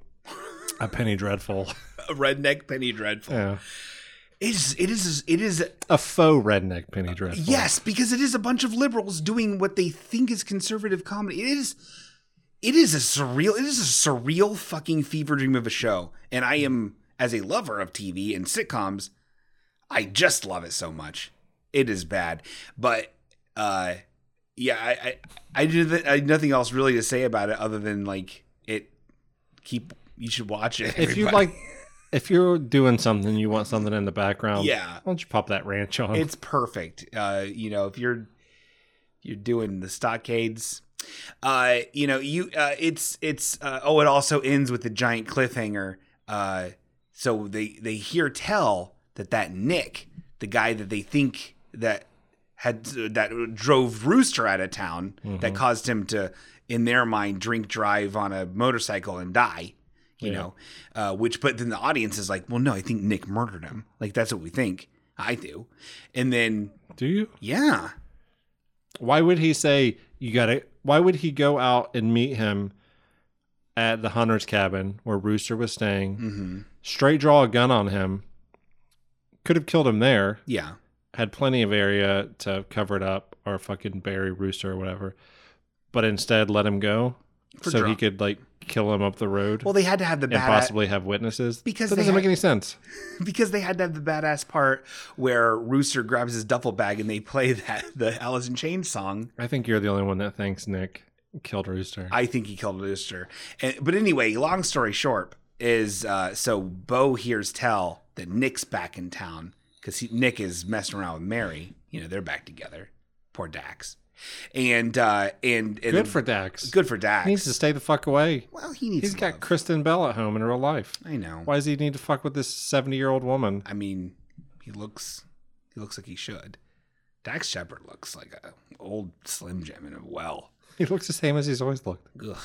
[SPEAKER 2] a penny dreadful
[SPEAKER 1] a redneck penny dreadful.
[SPEAKER 2] yeah
[SPEAKER 1] It's it is it is
[SPEAKER 2] a faux redneck penny dreadful
[SPEAKER 1] Yes, because it is a bunch of liberals doing what they think is conservative comedy. It is it is a surreal it is a surreal fucking fever dream of a show. And I am as a lover of TV and sitcoms, I just love it so much. It is bad. But uh yeah, I I, I did I had nothing else really to say about it other than like it keep you should watch it.
[SPEAKER 2] if you
[SPEAKER 1] everybody.
[SPEAKER 2] like if you're doing something you want something in the background
[SPEAKER 1] Yeah.
[SPEAKER 2] why don't you pop that ranch on
[SPEAKER 1] it's perfect. Uh, you know, if you're you're doing the stockades, uh, you know, you uh, it's it's uh, oh, it also ends with a giant cliffhanger. Uh, so they they hear tell that that Nick, the guy that they think that had that drove Rooster out of town, that caused him to, in their mind, drink drive on a motorcycle and die. You know, uh, which but then the audience is like, well, no, I think Nick murdered him. Like that's what we think. I do, and then
[SPEAKER 2] do you
[SPEAKER 1] yeah,
[SPEAKER 2] why would he say you gotta why would he go out and meet him at the hunter's cabin where rooster was staying
[SPEAKER 1] Mm-hmm.
[SPEAKER 2] straight draw a gun on him could have killed him there
[SPEAKER 1] yeah,
[SPEAKER 2] had plenty of area to cover it up or fucking bury rooster or whatever but instead let him go so
[SPEAKER 1] draw.
[SPEAKER 2] he could like kill him up the road
[SPEAKER 1] Well, they had to have the
[SPEAKER 2] and
[SPEAKER 1] badass
[SPEAKER 2] possibly have witnesses
[SPEAKER 1] Because
[SPEAKER 2] that
[SPEAKER 1] they
[SPEAKER 2] doesn't make
[SPEAKER 1] had-
[SPEAKER 2] any sense
[SPEAKER 1] because they had to have the badass part where Rooster grabs his duffel bag and they play that the Alice in Chains song.
[SPEAKER 2] i think you're the only one that thinks nick killed rooster
[SPEAKER 1] I think he killed Rooster, and, but anyway, long story short is uh, so Bo hears tell that Nick's back in town because Nick is messing around with Mary. You know they're back together. Poor Dax, and uh, and, and
[SPEAKER 2] good for dax
[SPEAKER 1] good for Dax.
[SPEAKER 2] he needs to stay the fuck away
[SPEAKER 1] well, he needs.
[SPEAKER 2] He's got
[SPEAKER 1] love.
[SPEAKER 2] Kristen Bell at home in real life.
[SPEAKER 1] I know.
[SPEAKER 2] Why does he need to fuck with this 70 year old woman?
[SPEAKER 1] I mean, he looks he looks like he should. Dax Shepard looks like a old Slim Jim in a well.
[SPEAKER 2] He looks the same as he's always looked.
[SPEAKER 1] Ugh.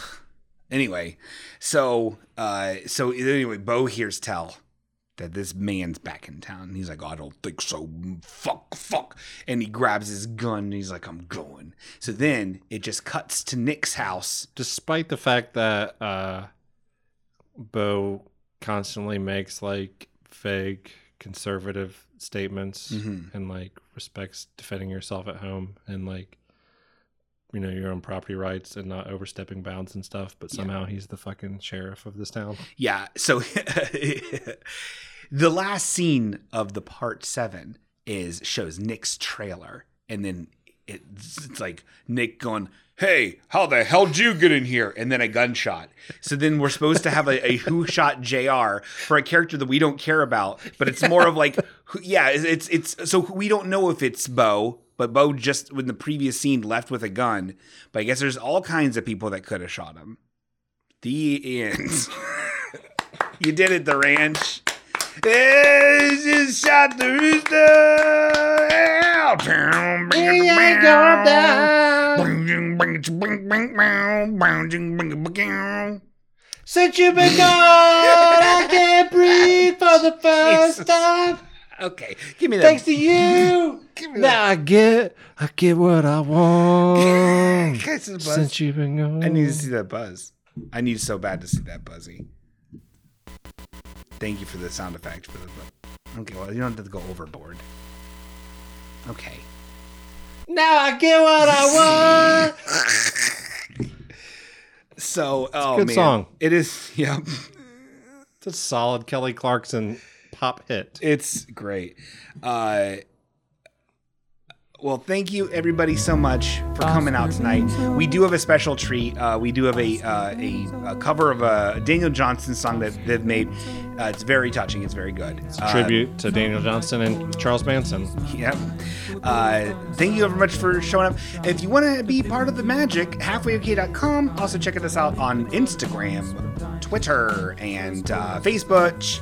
[SPEAKER 1] Anyway, so uh so anyway, Bo hears tell that this man's back in town. He's like, I don't think so. Fuck, fuck. And he grabs his gun and he's like, I'm going. So then it just cuts to Nick's house.
[SPEAKER 2] Despite the fact that uh, Bo constantly makes like vague conservative statements
[SPEAKER 1] Mhm.
[SPEAKER 2] and like respects defending yourself at home and like, you know, your own property rights and not overstepping bounds and stuff, but somehow he's the fucking sheriff of this town.
[SPEAKER 1] Yeah. So the last scene of the part seven is shows Nick's trailer, and then it's, it's like Nick going, "Hey, how the hell did you get in here?" And then a gunshot. So then we're supposed to have a, a who shot Jr. for a character that we don't care about, but it's more of like, who, yeah, it's, it's it's so we don't know if it's Bo. But Bo just in the previous scene left with a gun. But I guess there's all kinds of people that could have shot him. The end. You did it, the ranch. Hey, just shot the rooster. Ow, pow, bing, bing, bing, bing, bing, bing, bing, bing, bing, bing, bing, bing, bing.
[SPEAKER 5] Since you've been gone, I can't breathe for the first time.
[SPEAKER 1] Okay, give me that.
[SPEAKER 5] Thanks to you. now I get, I get what I want.
[SPEAKER 1] This is Buzz.
[SPEAKER 5] Since you've been gone,
[SPEAKER 1] I need to
[SPEAKER 2] Mm.
[SPEAKER 1] see that buzz. I need so bad to see that buzzy. Thank you for the sound effect for the bu- Okay, well you don't have to go overboard. Okay.
[SPEAKER 5] Now I get what I want.
[SPEAKER 1] So oh
[SPEAKER 2] good
[SPEAKER 1] man.
[SPEAKER 2] song.
[SPEAKER 1] It is yep.
[SPEAKER 2] It's a solid Kelly Clarkson pop hit.
[SPEAKER 1] It's great. Uh well, thank you everybody so much for coming out tonight. We do have a special treat. Uh, we do have a, uh, a a cover of a Daniel Johnston song that they've made. Uh, it's very touching. It's very good. Uh,
[SPEAKER 2] Tribute to Daniel Johnston and Charles Manson.
[SPEAKER 1] Yep. Uh, thank you very much for showing up. If you want to be part of the magic, halfwayok.com. Also, check us out on Instagram, Twitter, and uh, Facebook.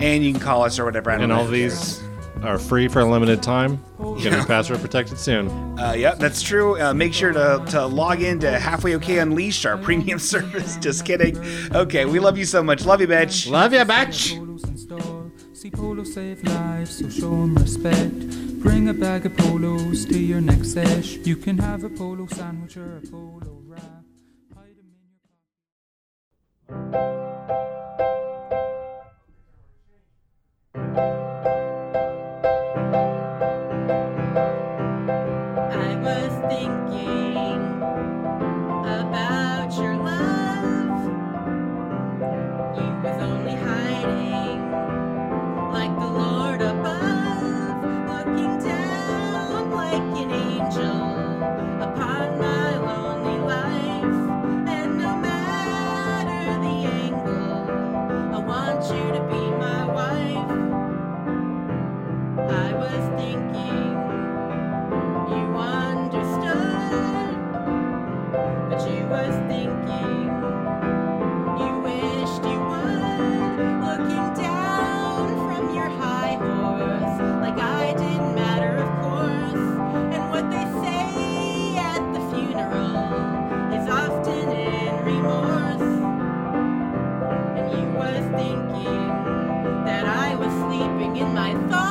[SPEAKER 1] And you can call us or whatever. I don't
[SPEAKER 2] And
[SPEAKER 1] know
[SPEAKER 2] all
[SPEAKER 1] who
[SPEAKER 2] these are free for a limited time. Gonna be password protected soon.
[SPEAKER 1] cares. Uh, yep, that's true. Uh, make sure to, to log in to Halfway OK Unleashed, our premium service. Just kidding. Okay, we love you so much. Love you, bitch.
[SPEAKER 2] Love ya, bitch.
[SPEAKER 10] Polos in store. See polos save lives, so show 'em respect. Bring a bag of polos to your next sesh. You can have a polo sandwich or a polo wrap. Hide 'em in your pocket.
[SPEAKER 11] I was thinking about your love. You was only hiding like the Lord above, looking down like an angel upon my lonely life. And no matter the angle, I want you to be my wife. I was thinking. You understood, but you was thinking you wished you would. Looking down from your high horse, like I didn't matter, of course. And what they say at the funeral is often in remorse. And you was thinking that I was sleeping in my thoughts.